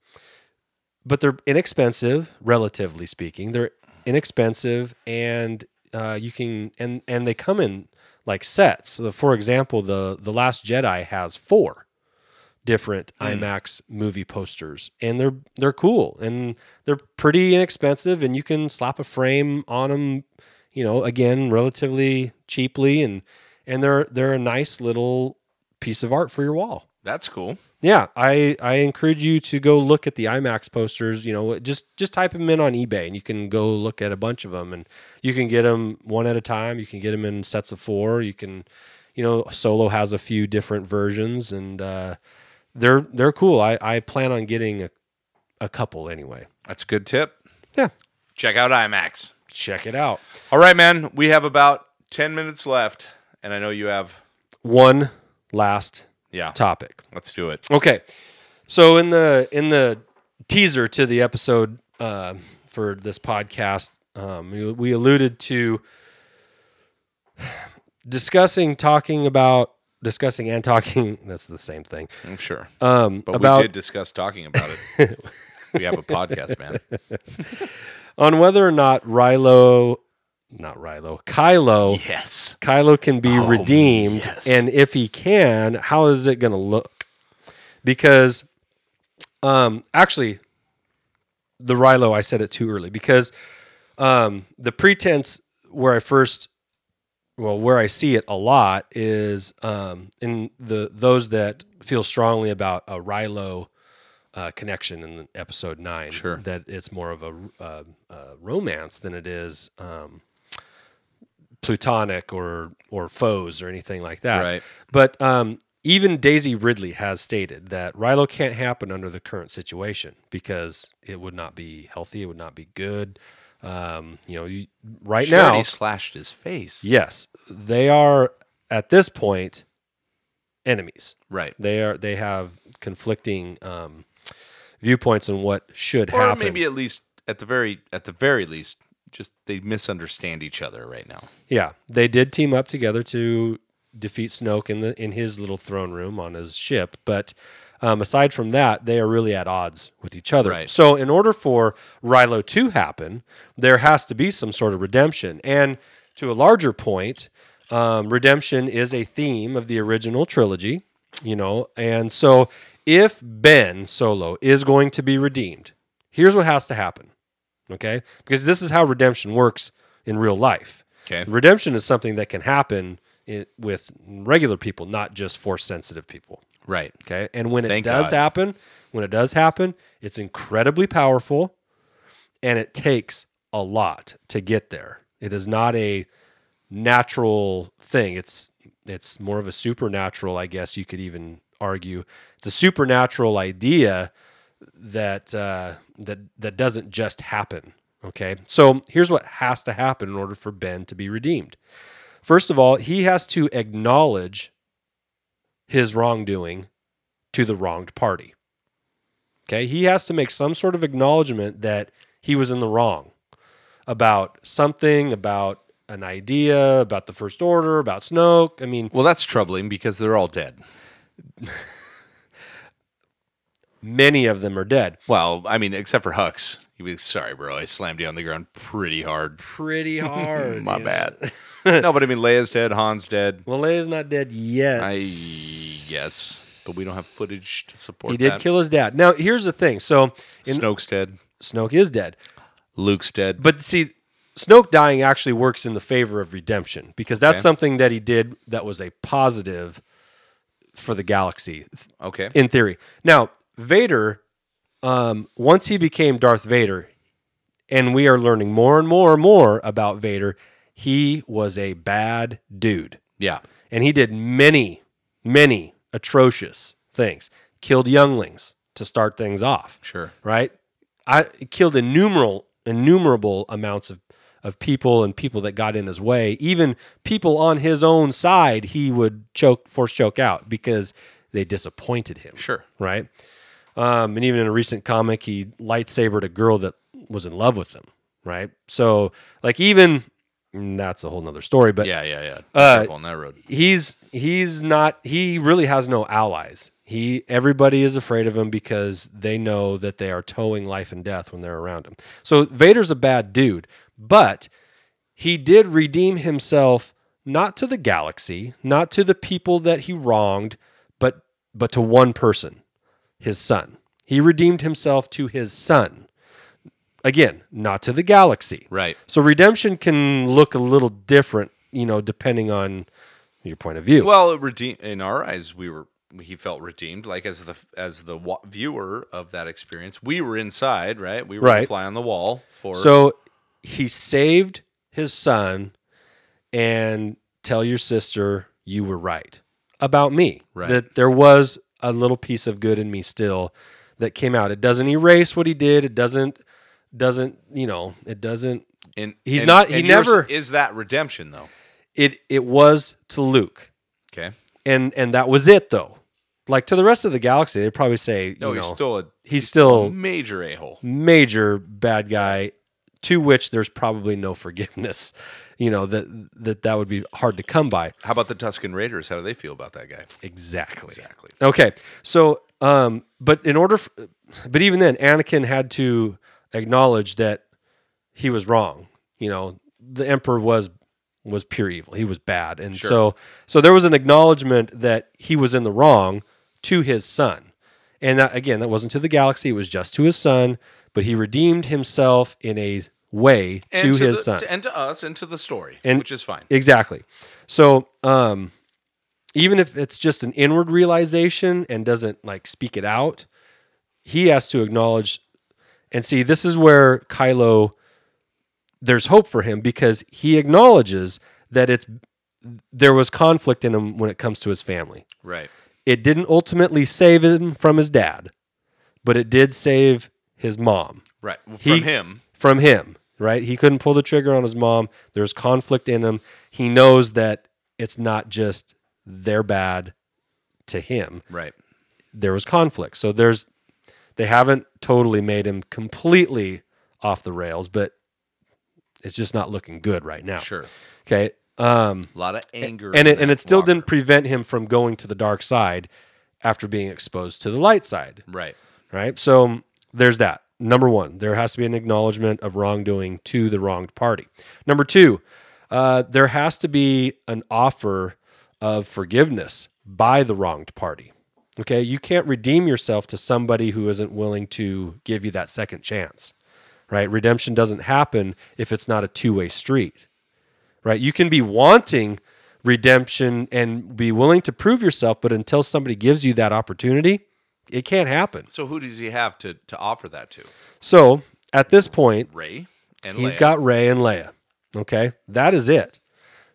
but they're inexpensive, relatively speaking. They're inexpensive, and uh, you can and and they come in like sets. So for example, the the Last Jedi has four different IMAX movie posters, and they're they're cool and they're pretty inexpensive, and you can slap a frame on them, you know, again relatively cheaply, and and they're they're a nice little piece of art for your wall. That's cool. Yeah, I I encourage you to go look at the IMAX posters. You know, just just type them in on eBay, and you can go look at a bunch of them, and you can get them one at a time. You can get them in sets of four. You can, you know, Solo has a few different versions, and uh, they're they're cool. I I plan on getting a a couple anyway. That's a good tip. Yeah, Check out IMAX. check it out. All right, man. We have about 10 minutes left, and I know you have. One last Yeah. topic. Let's do it. Okay, so in the in the teaser to the episode uh, for this podcast, um, we, we alluded to discussing, talking about, discussing and talking. That's the same thing. I'm sure. Um, But about we did discuss talking about it. we have a podcast, man. on whether or not Rilo, not Rilo, Kylo, Yes. Kylo can be redeemed, Oh, yes. and if he can, how is it going to look? Because, um, actually, the Rilo, I said it too early because, um, the pretense where I first, well, where I see it a lot is, um, in the those that feel strongly about a Rilo. Uh, connection in episode nine Sure. that it's more of a uh, uh, romance than it is um, plutonic or or foes or anything like that. Right. But um, even Daisy Ridley has stated that Rilo can't happen under the current situation because it would not be healthy. It would not be good. Um, you know, you, right She already now, slashed his face. yes, they are at this point enemies. Right. They are they have conflicting um, viewpoints on what should Or happen. maybe at least at the very at the very least, just they misunderstand each other right now. Yeah, they did team up together to defeat Snoke in the in his little throne room on his ship. But um, aside from that, they are really at odds with each other. Right. So, in order for Rilo to happen, there has to be some sort of redemption. And to a larger point, um, redemption is a theme of the original trilogy. You know, and so if Ben Solo is going to be redeemed, here's what has to happen. Okay, because this is how redemption works in real life. Okay. Redemption is something that can happen i with regular people, not just force sensitive people. Right. Okay. And when it Thank does God. happen, when it does happen, it's incredibly powerful and it takes a lot to get there. It is not a natural thing. It's it's more of a supernatural, I guess you could even argue. It's a supernatural idea that uh, that that doesn't just happen. Okay, so here's what has to happen in order for Ben to be redeemed. First of all, he has to acknowledge his wrongdoing to the wronged party. Okay, he has to make some sort of acknowledgement that he was in the wrong about something, about an idea, about the First Order, about Snoke. I mean, Well, that's troubling because they're all dead. many of them are dead. Well, I mean, except for Hux. He was sorry, bro. I slammed you on the ground pretty hard. Pretty hard. My you know. bad. no, but I mean, Leia's dead. Han's dead. Well, Leia's not dead yet. I yes, but we don't have footage to support. he did that. kill his dad. Now, here's the thing. So, in, Snoke's dead. Snoke is dead. Luke's dead. But see, Snoke dying actually works in the favor of redemption because that's Okay. something that he did that was a positive for the galaxy okay, in theory. Now, Vader, um, once he became Darth Vader, and we are learning more and more and more about Vader. He was a bad dude Yeah. and he did many, many atrocious things. Killed younglings to start things off, Sure. right? I killed innumerable, innumerable amounts of of people and people that got in his way. Even people on his own side, he would choke, force choke out because they disappointed him Sure. right? Um, and even in a recent comic, he lightsabered a girl that was in love with him, right? So, like, even mm, that's a whole nother story, but Yeah, yeah, yeah. Uh, Careful on that road. he's he's not he really has no allies. He everybody is afraid of him because they know that they are towing life and death when they're around him. So Vader's a bad dude, but he did redeem himself not to the galaxy, not to the people that he wronged, but but to one person, his son. He redeemed himself to his son. Again, not to the galaxy. Right. So redemption can look a little different, you know, depending on your point of view. Well, redeem in our eyes, we were he felt redeemed. Like as the as the wa- viewer of that experience, we were inside, right? We were Right. the fly on the wall for so he saved his son and tell your sister you were right about me. Right. That there was a little piece of good in me still that came out. It doesn't erase what he did. It doesn't doesn't, you know, it doesn't And He's and- not- he and yours never- is that redemption though. it it was to Luke. Okay. And and that was it though. Like to the rest of the galaxy, they'd probably say, No, you he's know, still a he's still major a hole. major bad guy to which there's probably no forgiveness you know that that that would be hard to come by How about the Tuscan Raiders? How do they feel about that guy? exactly Exactly. okay so um but in order f but even then anakin had to acknowledge that he was wrong you know the emperor was was pure evil he was bad and Sure. so so there was an acknowledgement that he was in the wrong to his son and that, again that wasn't to the galaxy it was just to his son but he redeemed himself in a way to, And his the- son to- and to us, and to the story, And- which is fine. Exactly. So, um, even if it's just an inward realization and doesn't like speak it out, he has to acknowledge and see. This is where Kylo, there's hope for him because he acknowledges that it's there was conflict in him when it comes to his family. right. It didn't ultimately save him from his dad, but it did save his mom Right. Well, He- From him. from him, right? He couldn't pull the trigger on his mom. There's conflict in him. He knows that it's not just they're bad to him. Right. There was conflict. So there's they haven't totally made him completely off the rails, but it's just not looking good right now. Sure. Okay. Um A lot of anger. and in it, and that it still Walker. didn't prevent him from going to the dark side after being exposed to the light side Right. right? So there's that. Number one, there has to be an acknowledgement of wrongdoing to the wronged party. Number two, uh, there has to be an offer of forgiveness by the wronged party. Okay, you can't redeem yourself to somebody who isn't willing to give you that second chance, right? Redemption doesn't happen if it's not a two way street, right? You can be wanting redemption and be willing to prove yourself, but until somebody gives you that opportunity, it can't happen. So who does he have to to offer that to? So at this point, Ray and he's Leia. got Ray and Leia. Okay, that is it.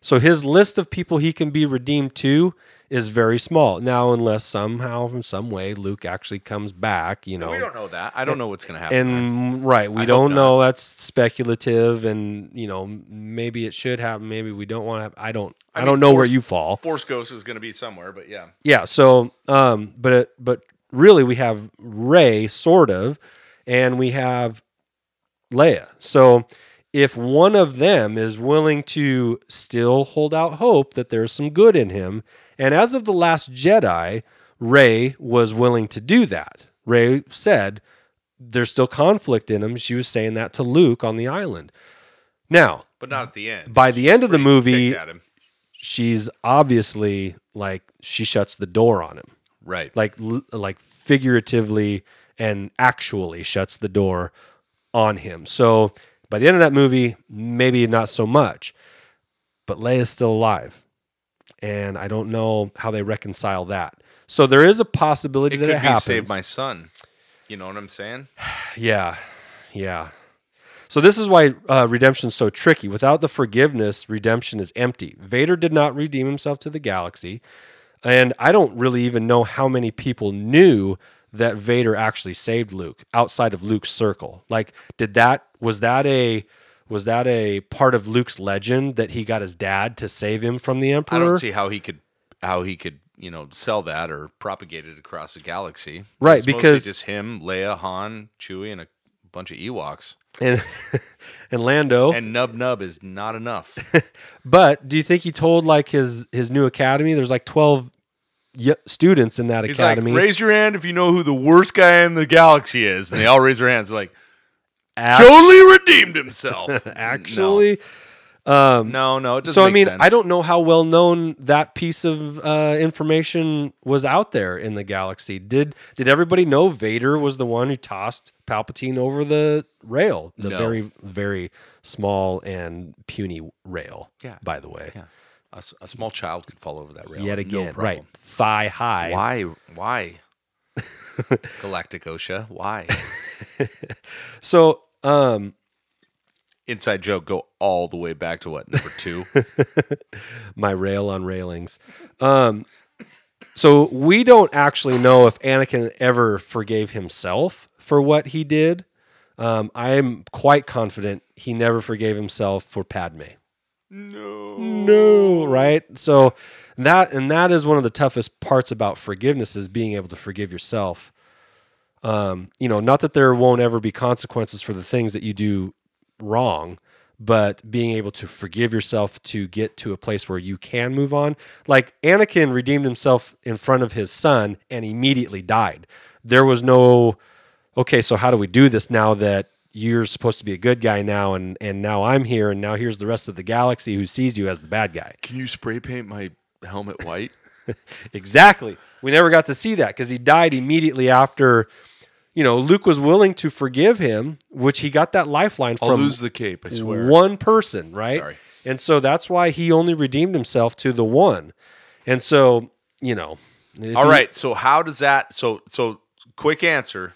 So his list of people he can be redeemed to is very small now, unless somehow, from some way, Luke actually comes back. You know, We don't know that. I don't know what's going to happen. and mm, right, we I hope don't know. That's speculative, and you know, maybe it should happen. Maybe we don't want to. Have, I don't. I, mean, don't know where force- you fall. Force Ghost is going to be somewhere, but yeah. Yeah. So, um, but it, but really, we have Ray sort of, and we have Leia. So, if one of them is willing to still hold out hope that there's some good in him, and as of the Last Jedi, Ray was willing to do that. Ray said, "There's still conflict in him." She was saying that to Luke on the island. Now, But not at the end. by the end of the Pretty movie, ticked at him. she's obviously like she shuts the door on him Right. like l- like figuratively and actually shuts the door on him. So by the end of that movie, maybe not so much, but Leia's still alive, and I don't know how they reconcile that. So there is a possibility it that could it be happens. save my son. You know what I'm saying? yeah, yeah. So this is why uh, redemption's so tricky. Without the forgiveness, redemption is empty. Vader did not redeem himself to the galaxy, and I don't really even know how many people knew that Vader actually saved Luke outside of Luke's circle. Like, did that was that a was that a part of Luke's legend that he got his dad to save him from the Emperor? I don't see how he could how he could you know sell that or propagate it across the galaxy. Right, It's mostly because- just him, Leia, Han, Chewie, and a bunch of Ewoks. And and Lando. And Nub Nub is not enough. But do you think he told like his his new academy? There's like twelve y- students in that He's academy. like, raise your hand if you know who the worst guy in the galaxy is, and they all raise their hands. Like, Act- totally redeemed himself. actually. no, no, no, it doesn't. So I make mean, sense. I don't know how well known that piece of uh, information was out there in the galaxy. Did did everybody know Vader was the one who tossed Palpatine over the rail, the No. very very small and puny rail? Yeah. By the way, Yeah. A, s- a small child could fall over that rail. yet no again, problem. right? Thigh high. Why? Why? Galactic OSHA. Why? So um, Inside joke. Go all the way back to what number two? my rail on railings. Um, so we don't actually know if Anakin ever forgave himself for what he did. Um, I am quite confident he never forgave himself for Padme. No. No, right? So that and that is one of the toughest parts about forgiveness is being able to forgive yourself. Um, you know, not that there won't ever be consequences for the things that you do wrong, but being able to forgive yourself to get to a place where you can move on. Like Anakin redeemed himself in front of his son and immediately died. There was no, okay, so how do we do this now that you're supposed to be a good guy now and and now I'm here and now here's the rest of the galaxy who sees you as the bad guy. Can you spray paint my helmet white? Exactly. We never got to see that because he died immediately after. You know, Luke was willing to forgive him, which he got that lifeline I'll from lose the cape. I swear. one person, right? Sorry. And so that's why he only redeemed himself to the one. And so, you know. if All he- right. So how does that? So so quick answer,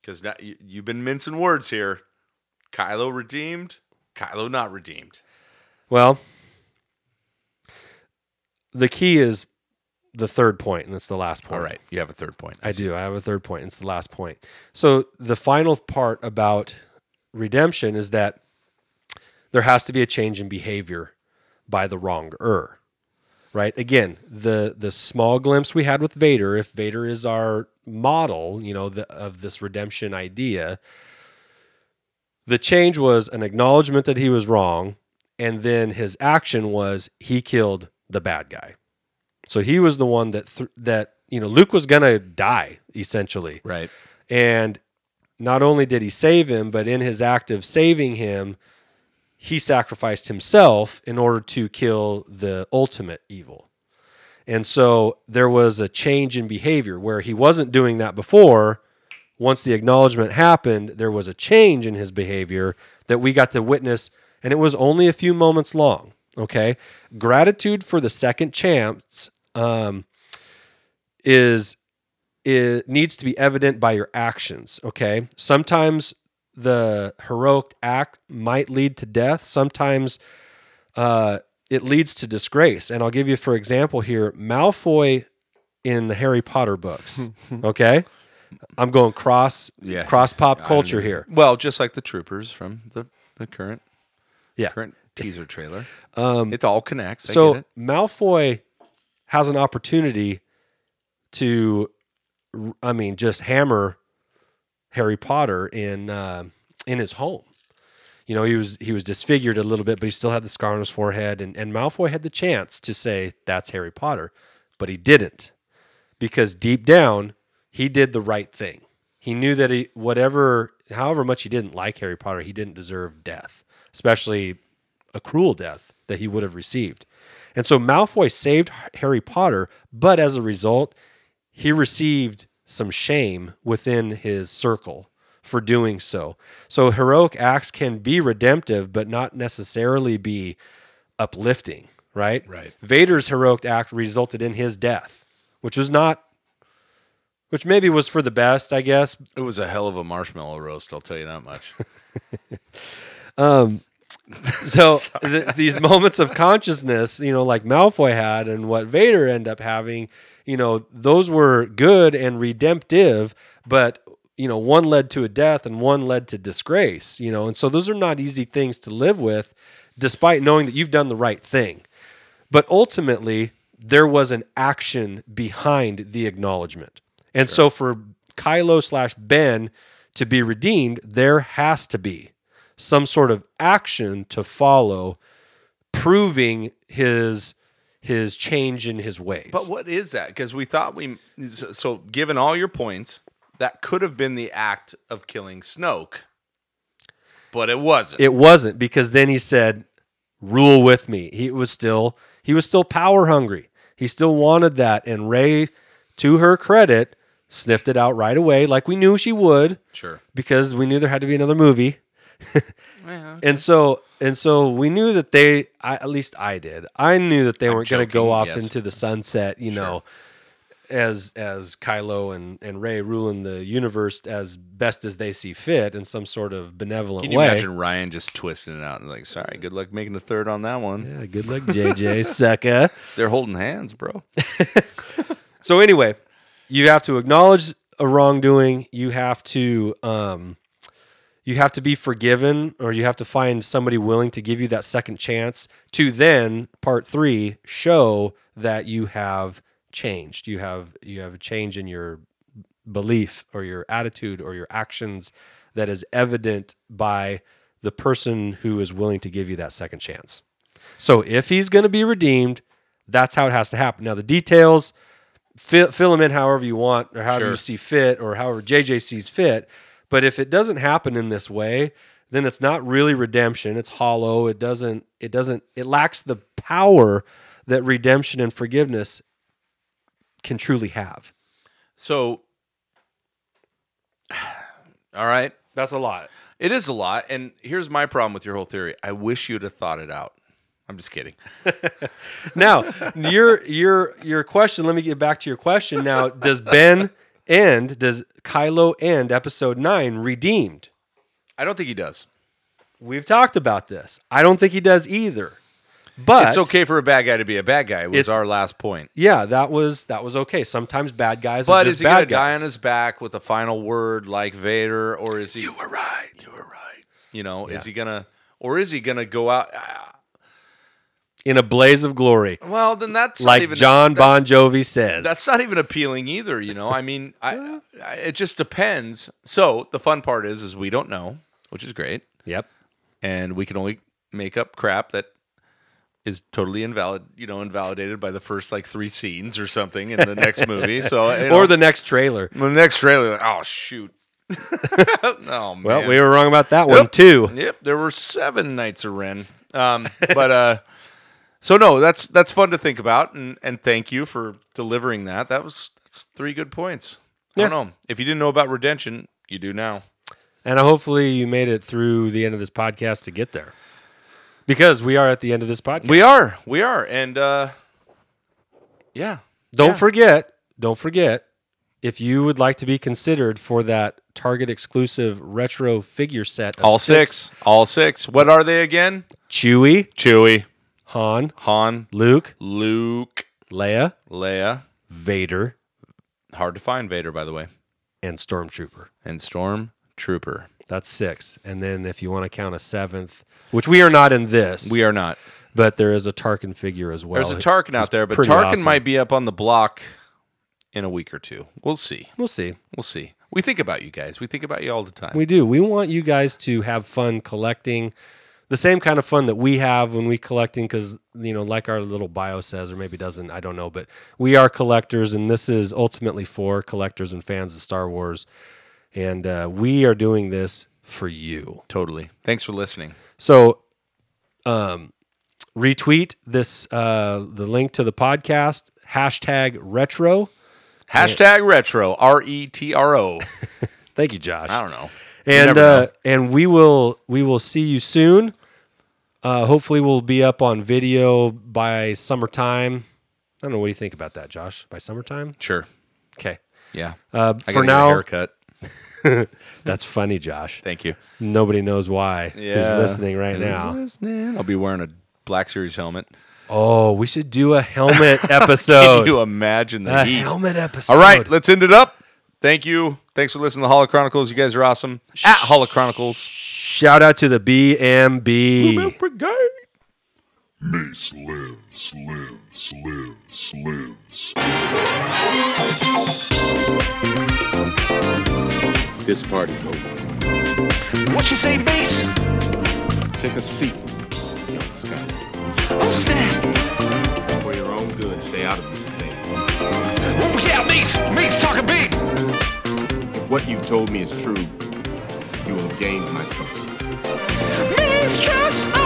because you, you've been mincing words here. Kylo redeemed. Kylo not redeemed. Well, the key is the third point, and it's the last point. All right. You have a third point. I do. I have a third point. It's the last point. So the final part about redemption is that there has to be a change in behavior by the wronger. Right? Again, the the small glimpse we had with Vader, if Vader is our model, you know, the, of this redemption idea, the change was an acknowledgement that he was wrong, and then his action was he killed the bad guy. So he was the one that th- that you know Luke was gonna die essentially, Right. and not only did he save him, but in his act of saving him, he sacrificed himself in order to kill the ultimate evil. And so there was a change in behavior where he wasn't doing that before. Once the acknowledgement happened, there was a change in his behavior that we got to witness, and it was only a few moments long. Okay. Gratitude for the second chance um, is it needs to be evident by your actions. Okay. Sometimes the heroic act might lead to death. Sometimes uh, it leads to disgrace. And I'll give you, for example, here Malfoy in the Harry Potter books. okay. I'm going cross Yeah. cross pop culture here. Well, just like the troopers from the the current Yeah. current teaser trailer. Um, it all connects. I get So it. Malfoy has an opportunity to, r- I mean, just hammer Harry Potter in uh, in his home. You know, he was he was disfigured a little bit, but he still had the scar on his forehead, and, and Malfoy had the chance to say that's Harry Potter, but he didn't because deep down he did the right thing. He knew that he whatever however much he didn't like Harry Potter, he didn't deserve death, especially a cruel death that he would have received. And so Malfoy saved Harry Potter, but as a result, he received some shame within his circle for doing so. So heroic acts can be redemptive, but not necessarily be uplifting, right? Right. Vader's heroic act resulted in his death, which was not, which maybe was for the best, I guess. It was a hell of a marshmallow roast. I'll tell you that much. So th- these moments of consciousness, you know, like Malfoy had and what Vader end up having, you know, those were good and redemptive, but you know, one led to a death and one led to disgrace, you know. And so those are not easy things to live with despite knowing that you've done the right thing. But ultimately, there was an action behind the acknowledgement. And so for Kylo slash Ben to be redeemed, there has to be some sort of action to follow proving his his change in his ways. But what is that? Because we thought we so given all your points, that could have been the act of killing Snoke, but it wasn't. it wasn't because then he said rule with me he was still he was still power hungry he still wanted that and ray to her credit sniffed it out right away like we knew she would sure. because we knew there had to be another movie and so and so we knew that they I, at least i did i knew that they weren't going to go joking, off yes. into the sunset you know as as kylo and and ray ruling the universe as best as they see fit in some sort of benevolent Can you way imagine Ryan just twisting it out and like, sorry, good luck making the third on that one. Yeah, good luck, JJ sucker. They're holding hands, bro. So anyway, you have to acknowledge a wrongdoing. You have to um, you have to be forgiven, or you have to find somebody willing to give you that second chance to then part three show that you have changed. You have you have a change in your belief or your attitude or your actions that is evident by the person who is willing to give you that second chance. So if he's going to be redeemed, that's how it has to happen. Now the details, fill, fill them in however you want or however you Sure. see fit or however JJ sees fit. But if it doesn't happen in this way, then it's not really redemption. It's hollow. It doesn't. It doesn't. It lacks the power that redemption and forgiveness can truly have. So, all right. That's a lot. It is a lot. And here's my problem with your whole theory. I wish you'd have thought it out. I'm just kidding. Now, your your your question. Let me get back to your question. Now, does Ben end? Does Kylo end episode nine redeemed? I don't think he does. We've talked about this. I don't think he does either. But It's okay for a bad guy to be a bad guy, was It's- our last point. Yeah, that was that was okay. Sometimes bad guys. are But just is he bad going to die guys. on his back with a final word like Vader, or is he? You were right. You were right. You know, is he gonna, or is he gonna go out? Ah, in a blaze of glory, Well, then that's not like even- John Bon that's- Jovi says. That's not even appealing either. You know, I mean, I, I it just depends. So the fun part is, is we don't know, which is great, yep. and we can only make up crap that is totally invalid. You know, invalidated by the first like three scenes or something in the next movie. So you know, Or the next trailer. the next trailer, like, oh shoot. oh man. Well, we were wrong about that one Yep. too. Yep, there were seven Knights of Ren. Um, but uh, so no, that's that's fun to think about, and and thank you for delivering that. That was that's three good points. I don't know if you didn't know about redemption, you do now. And hopefully you made it through the end of this podcast to get there, because we are at the end of this podcast. We are, we are, and uh, yeah, Don't Yeah. forget, don't forget, if you would like to be considered for that Target exclusive retro figure set, of all six. all six. What are they again? Chewie, Chewie, Han, Han, Luke, Luke, Leia, Leia. Vader, Hard to find Vader, by the way, and Stormtrooper. and Storm Trooper. That's six. And then if you want to count a seventh, which we are not in this, We are not. but there is a Tarkin figure as well. There's a Tarkin out there, but pretty Tarkin awesome. might be up on the block in a week or two. We'll see. We'll see. We'll see. We think about you guys. We think about you all the time. We do. We want you guys to have fun collecting the same kind of fun that we have when we collecting because you know like our little bio says or maybe doesn't i don't know but we are collectors and this is ultimately for collectors and fans of star wars and uh, we are doing this for you totally. Thanks for listening. So, um, retweet this uh, the link to the podcast hashtag retro. Hashtag retro. R E T R O. Thank you, Josh. I don't know. and never uh, and we will we will see you soon. Uh, hopefully, we'll be up on video by summertime. I don't know what do you think about that, Josh. By summertime, Sure. okay. Yeah. Uh, I for gotta get a now, haircut. That's funny, Josh. Thank you. Nobody knows why. Yeah. Who's listening right Who's now? listening? I'll be wearing a Black Series helmet. Oh, we should do a helmet episode. Can you imagine the a heat? helmet episode. All right, let's end it up. Thank you. Thanks for listening to Hollow Chronicles. You guys are awesome. At Hollow Chronicles. Shout out to the BMB. Brigade. Mace lives, lives, lives, lives. This party's over. What you say, Mace? Take a seat, young Scott. Oh, snap. For your own good, stay out of this thing. Oh, yeah, Mace. Mace talking big. If what you've told me is true, you will gain my trust. Mace, trust.